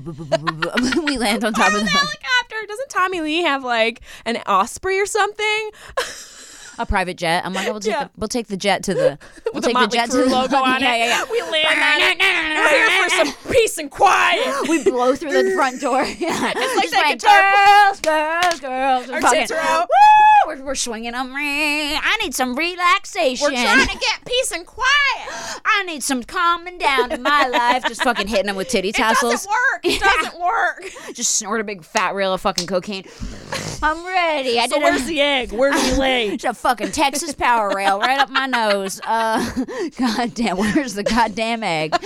S4: tent?
S5: we land on top of the
S4: helicopter. Doesn't Tommy Lee have like an Osprey or something?
S5: a private jet. I'm like, we'll take,
S4: Yeah.
S5: the, we'll take the jet to the we'll
S4: With
S5: take
S4: a Motley
S5: the jet
S4: Crue
S5: to the
S4: logo on
S5: yeah,
S4: it.
S5: Yeah, yeah.
S4: We land on it. We're here for some peace and quiet.
S5: We blow through the front door. Yeah. It's
S4: like that
S5: girls, girls, girls.
S4: Our
S5: Fucking-
S4: tits are out.
S5: Woo! We're, we're swinging them. I need some relaxation.
S4: We're trying to get peace and quiet.
S5: I need some calming down in my life. Just fucking hitting them with titty tassels.
S4: Doesn't work. It doesn't work.
S5: Just snort a big fat reel of fucking cocaine. I'm ready. I
S4: So
S5: did a-
S4: where's the egg? Where do we lay?
S5: It's a fucking Texas power rail right up my nose. Uh, goddamn, where's the goddamn egg?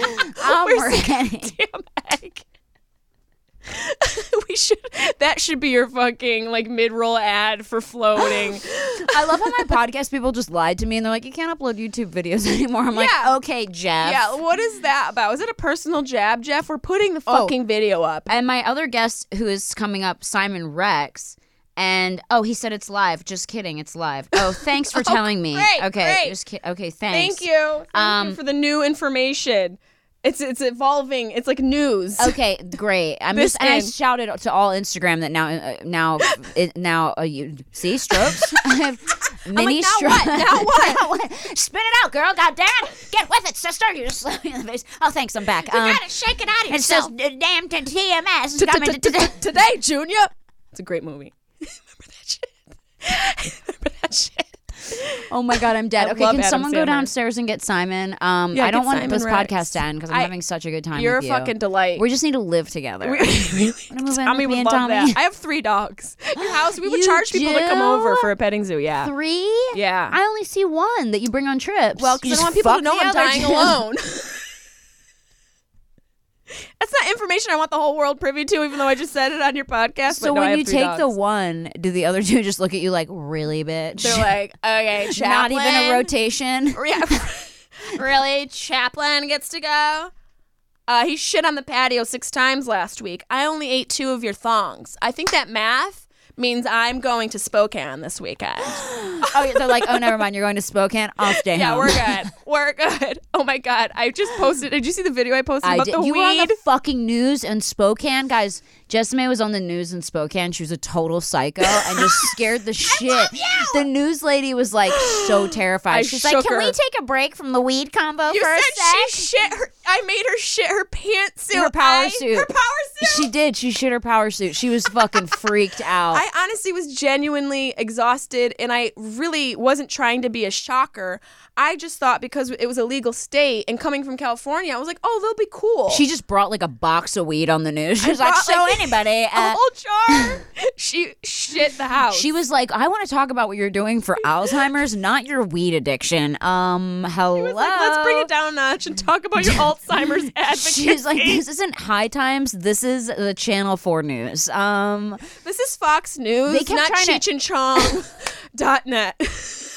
S5: I'm ready.
S4: Damn egg. we should. That should be your fucking like mid-roll ad for floating.
S5: I love how my podcast people just lied to me and they're like, you can't upload YouTube videos anymore. I'm like,
S4: Yeah.
S5: okay, Jeff.
S4: yeah. What is that about? Is it a personal jab, Jeff? We're putting the
S5: Oh.
S4: fucking video up.
S5: And my other guest who is coming up, Simon Rex, and oh, he said it's live. Just kidding, it's live. Oh, thanks for telling me.
S4: great,
S5: okay,
S4: great.
S5: just ki- okay, thanks.
S4: Thank you. Thank
S5: Um,
S4: you for the new information. It's it's evolving. It's like news.
S5: Okay, great. I'm
S4: This
S5: just and I
S4: thing.
S5: shouted to all Instagram that now uh, now it, now uh, you see strokes. I have mini now strokes. what? Now what?
S8: Spin it out, girl. God damn it. Get with it, sister. You just slapped me in the face.
S5: oh, thanks. I'm back.
S8: You
S5: Um,
S8: gotta shake it out of
S5: it's
S8: yourself.
S5: just-
S8: It's just damn to TMS. It's got me to-
S4: Today, Junior. It's a great movie. Remember that shit? Remember that shit?
S5: oh my god, I'm dead.
S4: I
S5: okay,
S4: love
S5: can
S4: Adam
S5: someone go
S4: Sandler.
S5: downstairs and get Simon? Um,
S4: Yeah,
S5: I don't
S4: get
S5: want
S4: Simon
S5: this
S4: Rex.
S5: podcast to end because I'm
S4: I-
S5: having such a good time.
S4: You're a
S5: with you.
S4: fucking delight.
S5: We just need to live together.
S4: We- really?
S5: Wanna move in
S4: Tommy
S5: with me and
S4: would love
S5: Tommy?
S4: that. I have three dogs. Your house, we would
S5: You
S4: charge people to come
S5: do?
S4: over for a petting zoo. Yeah.
S5: Three?
S4: Yeah.
S5: I only see one that you bring on trips.
S4: Well,
S5: You
S4: because I
S5: just
S4: don't want people to
S5: fuck
S4: know
S5: the
S4: I'm
S5: other
S4: dying
S5: two.
S4: alone. That's not information I want the whole world privy to, even though I just said it on your podcast.
S5: So
S4: but no, I
S5: when
S4: have
S5: you
S4: three
S5: take the
S4: dogs.
S5: one, do the other two just look at you like, really, bitch?
S4: They're like, okay,
S5: not
S4: Chaplin.
S5: even a rotation.
S4: Yeah. really? Chaplin gets to go? Uh, he shit on the patio six times last week. I only ate two of your thongs. I think that math means I'm going to Spokane this weekend.
S5: Oh, yeah, they're like, oh, never mind. You're going to Spokane. I'll stay
S4: yeah,
S5: home.
S4: we're good. We're good. Oh my God. I just posted. Did you see the video I posted
S5: I
S4: about
S5: did.
S4: the
S5: You were on
S4: weed?
S5: the fucking news in Spokane, guys. Jessamay was on the news in Spokane. She was a total psycho and just scared the shit. The news lady was like so terrified.
S4: I
S5: She's
S4: shook
S5: like, "Can
S4: her.
S5: we take a break from the weed combo
S4: you
S5: for a
S4: said
S5: sec?"
S4: she shit her. I made her shit her pantsuit.
S5: her power
S4: I-
S5: suit.
S4: Her power suit.
S5: She did. She shit her power suit. She was fucking freaked out.
S4: I honestly was genuinely exhausted and I really wasn't trying to be a shocker. I just thought because it was a legal state and coming from California, I was like, oh, they'll be cool.
S5: she just brought like a box of weed on the news. She was like,
S4: brought,
S5: "So
S4: like,
S5: anybody?"
S4: a
S5: uh,
S4: whole jar. she shit the house.
S5: she was like, "I want to talk about what you're doing for Alzheimer's, not your weed addiction." Um, hello.
S4: was like, let's bring it down a notch and talk about your Alzheimer's advocate.
S5: She's like, this isn't High Times. This is the Channel Four News. Um,
S4: this is Fox News,
S5: They kept
S4: not
S5: trying to-
S4: Cheech and Chong dot net. This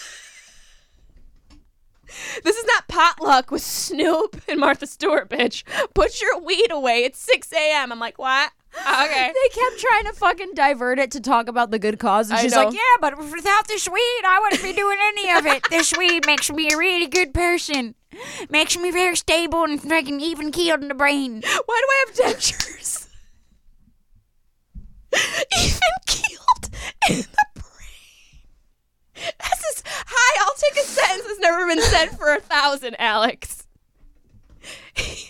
S4: is not potluck with Snoop and Martha Stewart, bitch. Put your weed away. It's 6 a.m. I'm like, what?
S5: Oh,
S4: Okay.
S5: they kept trying to fucking divert it to talk about the good cause, and
S4: I
S5: she's
S4: know.
S5: like, yeah, but without this weed, I wouldn't be doing any of it. This weed makes me a really good person.
S8: Makes me very stable and freaking even keeled in the brain.
S4: Why do I have dentures? Even keeled in the brain. This is hi. I'll take a sentence that's never been said for a thousand, Alex.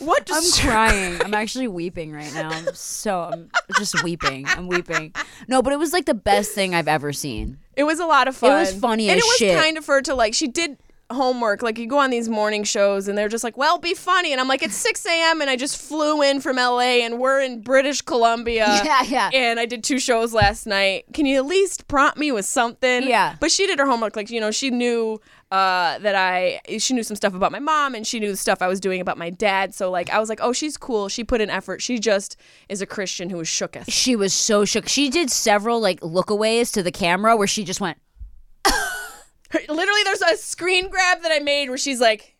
S4: What
S5: I'm
S4: does
S5: crying. I'm actually weeping right now. I'm so I'm just weeping. I'm weeping. No, but it was like the best thing I've ever seen.
S4: It was a lot of fun.
S5: was funny
S4: and
S5: as
S4: it was
S5: shit.
S4: kind of her to like. She did homework. Like you go on these morning shows, and they're just like, "Well, be funny," and I'm like, "It's 6 a.m. and I just flew in from L.A. and we're in British Columbia.
S5: Yeah, yeah.
S4: And I did two shows last night. Can you at least prompt me with something?
S5: Yeah.
S4: But she did her homework. Like you know, she knew. Uh, that I she knew some stuff about my mom and she knew the stuff I was doing about my dad. So like I was like, oh, she's cool. She put in effort. She just is a Christian who is shooketh.
S5: She was so shook. She did several like lookaways to the camera where she just went.
S4: Literally, there's a screen grab that I made where she's like,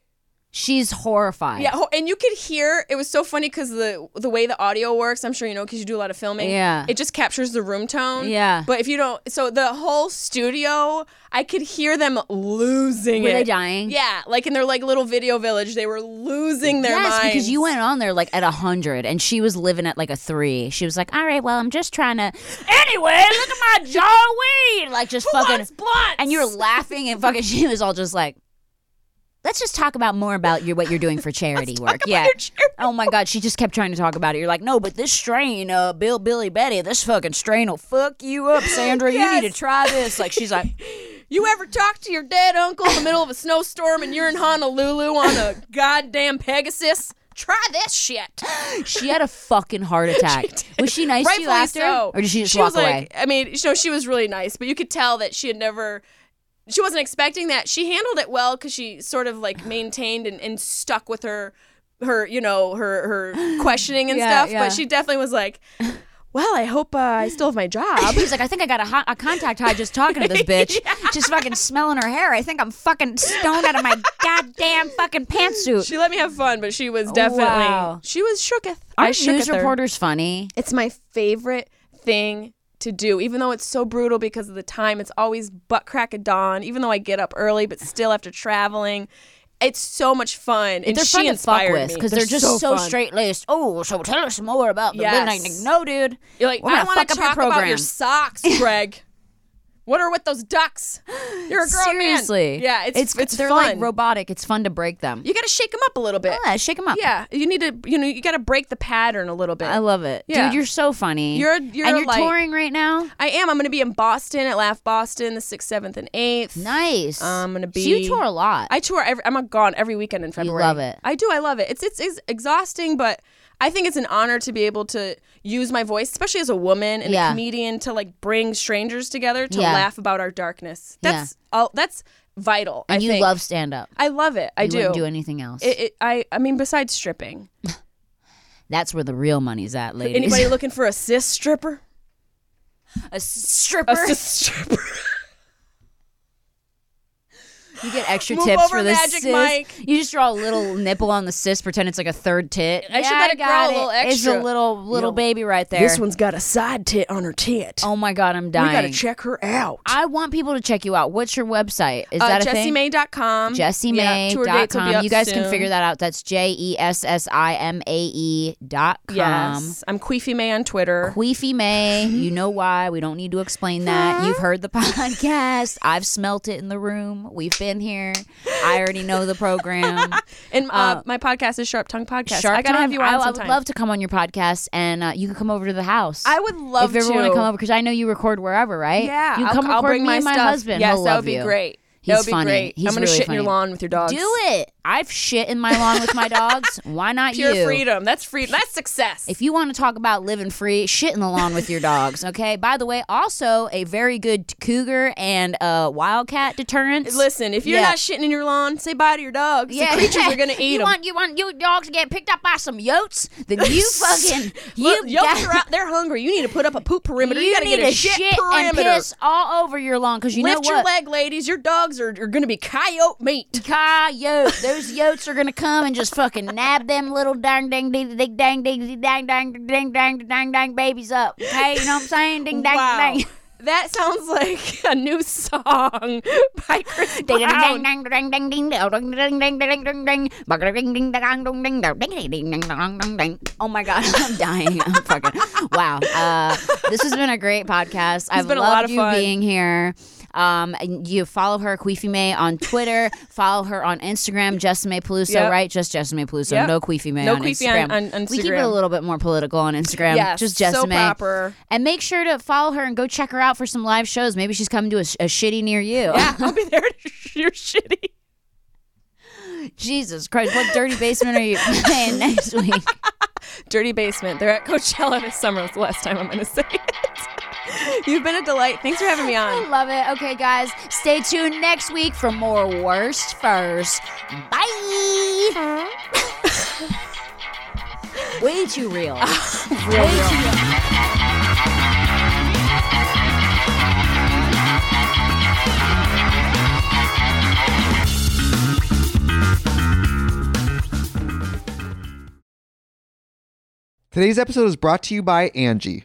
S5: She's horrified.
S4: Yeah, ho- and you could hear it was so funny because the the way the audio works, I'm sure you know because you do a lot of filming.
S5: Yeah.
S4: it just captures the room tone.
S5: Yeah.
S4: but if you don't, so the whole studio, I could hear them losing
S5: Were
S4: it.
S5: they dying?
S4: Yeah, like in their like little video village, they were losing their
S5: yes,
S4: minds.
S5: because you went on there like at a hundred, and she was living at like a three. She was like, "All right, well, I'm just trying to." Anyway, look at my jar of weed, like just fucking. And you're laughing, and fucking, she was all just like, "Let's just talk about more about your what you're doing for charity work." yeah. oh my god, she just kept trying to talk about it. You're like, "No, but this strain, uh, Bill, Billy, Betty, this fucking strain will fuck you up, Sandra. You need to try this." Like she's like,
S4: You ever talk to your dead uncle in the middle of a snowstorm and you're in Honolulu on a goddamn Pegasus? Try this shit.
S5: she had a fucking heart attack. was she nice to you
S4: Rightfully
S5: after,
S4: so.
S5: or did she just
S4: she
S5: walk
S4: was like,
S5: away?
S4: I mean, you know, she was really nice, but you could tell that she had never. She wasn't expecting that. She handled it well because she sort of like maintained and, and stuck with her, her you know her her questioning and
S5: Yeah,
S4: stuff.
S5: yeah.
S4: But she definitely was like, "Well, I hope uh, I still have my job."
S5: He's like, I think I got a, hot, a contact high just talking to this bitch. Just fucking smelling her hair. I think I'm fucking stoned out of my goddamn fucking pantsuit.
S4: she let me have fun, but she was definitely
S5: Oh, Wow.
S4: she was shooketh. I
S5: Aren't
S4: shooketh
S5: news
S4: her.
S5: reporters funny?
S4: It's my favorite thing to do, even though it's so brutal because of the time. It's always butt crack of dawn, even though I get up early, but still after traveling. It's so much fun. And
S5: they're
S4: she
S5: fun to fuck
S4: inspired
S5: with
S4: me.
S5: because they're, just so,
S4: fun.
S5: straight laced. Oh, so tell us more about the
S4: Yes.
S5: yes. like, No, dude.
S4: You're like,
S5: We're
S4: I
S5: gonna
S4: want
S5: fuck
S4: to
S5: up your
S4: talk about your
S5: program."
S4: socks, Greg. what are with those ducks? You're a grown
S5: Seriously.
S4: man. Yeah, it's it's,
S5: they're
S4: fun.
S5: like robotic. It's fun to break them.
S4: you got to shake them up a little bit.
S5: yeah, shake them up.
S4: Yeah, you need to. You know, you got to break the pattern a little bit.
S5: I love it,
S4: Yeah.
S5: dude. You're so funny.
S4: You're- you're
S5: and
S4: a
S5: you're
S4: light.
S5: touring right now.
S4: I am. I'm going to be in Boston at Laugh Boston, the sixth, seventh, and eighth.
S5: Nice.
S4: I'm gonna
S5: So you
S4: be-
S5: tour a lot.
S4: I tour. Every, I'm gone every weekend in February.
S5: love it.
S4: I do. I love it. It's, it's it's exhausting, but I think it's an honor to be able to use my voice, especially as a woman and
S5: Yeah.
S4: a comedian, to like bring strangers together to
S5: Yeah.
S4: laugh about our darkness.
S5: Yeah.
S4: That's all. That's vital.
S5: and
S4: I
S5: you
S4: think.
S5: love stand up.
S4: I love it. I
S5: you
S4: do.
S5: Wouldn't do anything else.
S4: It, it, I I mean, besides stripping,
S5: That's where the real money's at, ladies.
S4: anybody looking for a cis stripper?
S5: a stripper.
S4: A cis stripper.
S5: You get extra
S4: Move
S5: tips
S4: over,
S5: for this
S4: Magic
S5: sis.
S4: Mike.
S5: You just draw a little nipple on the cis, pretend it's like a third tit.
S4: I should
S5: Yeah,
S4: let
S5: I
S4: it grow
S5: got
S4: a little
S5: It's a
S4: extra.
S5: little little
S4: know,
S5: baby right there.
S4: This one's got a side tit on her tit.
S5: Oh my god, I'm
S4: we
S5: dying.
S4: gotta check her out.
S5: I want people to check you out. What's your website?
S4: Uh,
S5: Is that a thing?
S4: JessieMay.com. Mm-hmm. Yeah, tour dates will be
S5: JessieMay.com.
S4: up
S5: You guys
S4: soon.
S5: can figure that out. That's J E S S I M A E dot com.
S4: Yes. I'm Queefy May on Twitter.
S5: Queefy May, you know why. We don't need to explain that. You've heard the podcast. I've smelt it in the room. We've been here. I already know the program.
S4: and uh, my podcast is Sharp Tongue Podcast.
S5: Shark
S4: I gotta have
S5: Tongue,
S4: you on
S5: I, I
S4: sometime.
S5: would love to come on your podcast, and uh, you can come over to the house.
S4: I would love
S5: if you ever
S4: to.
S5: want to come over because I know you record wherever, right?
S4: Yeah,
S5: you
S4: I'll,
S5: come
S4: I'll
S5: record
S4: bring
S5: me
S4: my
S5: and my
S4: stuff.
S5: husband.
S4: Yes,
S5: He'll
S4: that
S5: love
S4: would be
S5: you.
S4: great.
S5: He's
S4: that would be
S5: funny.
S4: great.
S5: He's
S4: I'm gonna
S5: really
S4: shit in your
S5: funny.
S4: lawn with your dogs.
S5: Do it. I've shit in my lawn with my dogs. Why not
S4: Pure
S5: you?
S4: freedom. That's freedom. That's success.
S5: If you want to talk about living free, shit in the lawn with your dogs, okay? By the way, also a very good cougar and uh, wildcat deterrent.
S4: Listen, if you're
S5: Yeah.
S4: not shitting in your lawn, say bye to your dogs. The creatures are gonna eat
S5: you
S4: them.
S5: Want, you want your dogs to get picked up by some yotes? Then you fucking you
S4: Look, yokes
S5: got-
S4: are out. They're hungry. You need to put up a poop perimeter. You, gotta
S5: need
S4: get a,
S5: to
S4: shit,
S5: shit and
S4: perimeter.
S5: piss all over your lawn because you
S4: Lift
S5: know
S4: your
S5: what?
S4: leg, ladies. Your dogs are, are gonna be coyote meat.
S5: Coyote. Those yotes are gonna come and just fucking nab them little dang dang ding ding dang ding ding dang dang ding dang dang dang dang babies up. Okay, you know what I'm saying? Ding dang
S4: Wow.
S5: dang.
S4: That sounds like a new song by Chris
S5: Ding ding
S4: Brown.
S5: ding ding ding ding ding ding ding ding ding ding ding Bugger ding ding ding dong ding dong ding ding ding ding dong dong ding. Oh my god, I'm dying. I'm fucking wow. Uh, this has been a great podcast. I've
S4: been a
S5: loved
S4: lot of
S5: you
S4: fun.
S5: being here. Um, and you follow her, Queefy May, on Twitter. follow her on Instagram, Jessa May Peluso,
S4: Yep.
S5: right? Just Jessa May Peluso.
S4: Yep.
S5: No Queefy May
S4: No
S5: on
S4: Queefy
S5: Instagram.
S4: on- on- on
S5: We keep it a
S4: Instagram.
S5: little bit more political on Instagram.
S4: Yes,
S5: Just Jessa
S4: so
S5: May.
S4: proper.
S5: And make sure to follow her and go check her out for some live shows. Maybe she's coming to a, sh- a shitty near you.
S4: Yeah, I'll be there. You're shitty.
S5: Jesus Christ, what dirty basement are you playing next week?
S4: Dirty Basement. They're at Coachella this summer. That's the last time I'm going to say it. You've been a delight. Thanks for having me
S5: I
S4: on.
S5: love it. Okay, guys, stay tuned next week for more Worst First. Bye. Way too real. Way too real.
S1: Today's episode is brought to you by Angie.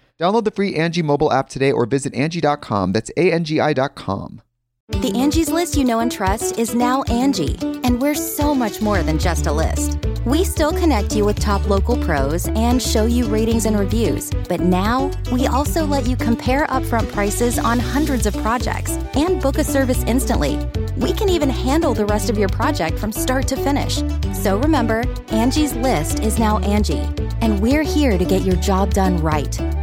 S1: Download the free Angie mobile app today or visit Angie.com. That's A-N-G-I dot com.
S9: The Angie's list you know and trust is now Angie, and we're so much more than just a list. We still connect you with top local pros and show you ratings and reviews, but now we also let you compare upfront prices on hundreds of projects and book a service instantly. We can even handle the rest of your project from start to finish. So remember, Angie's list is now Angie, and we're here to get your job done right.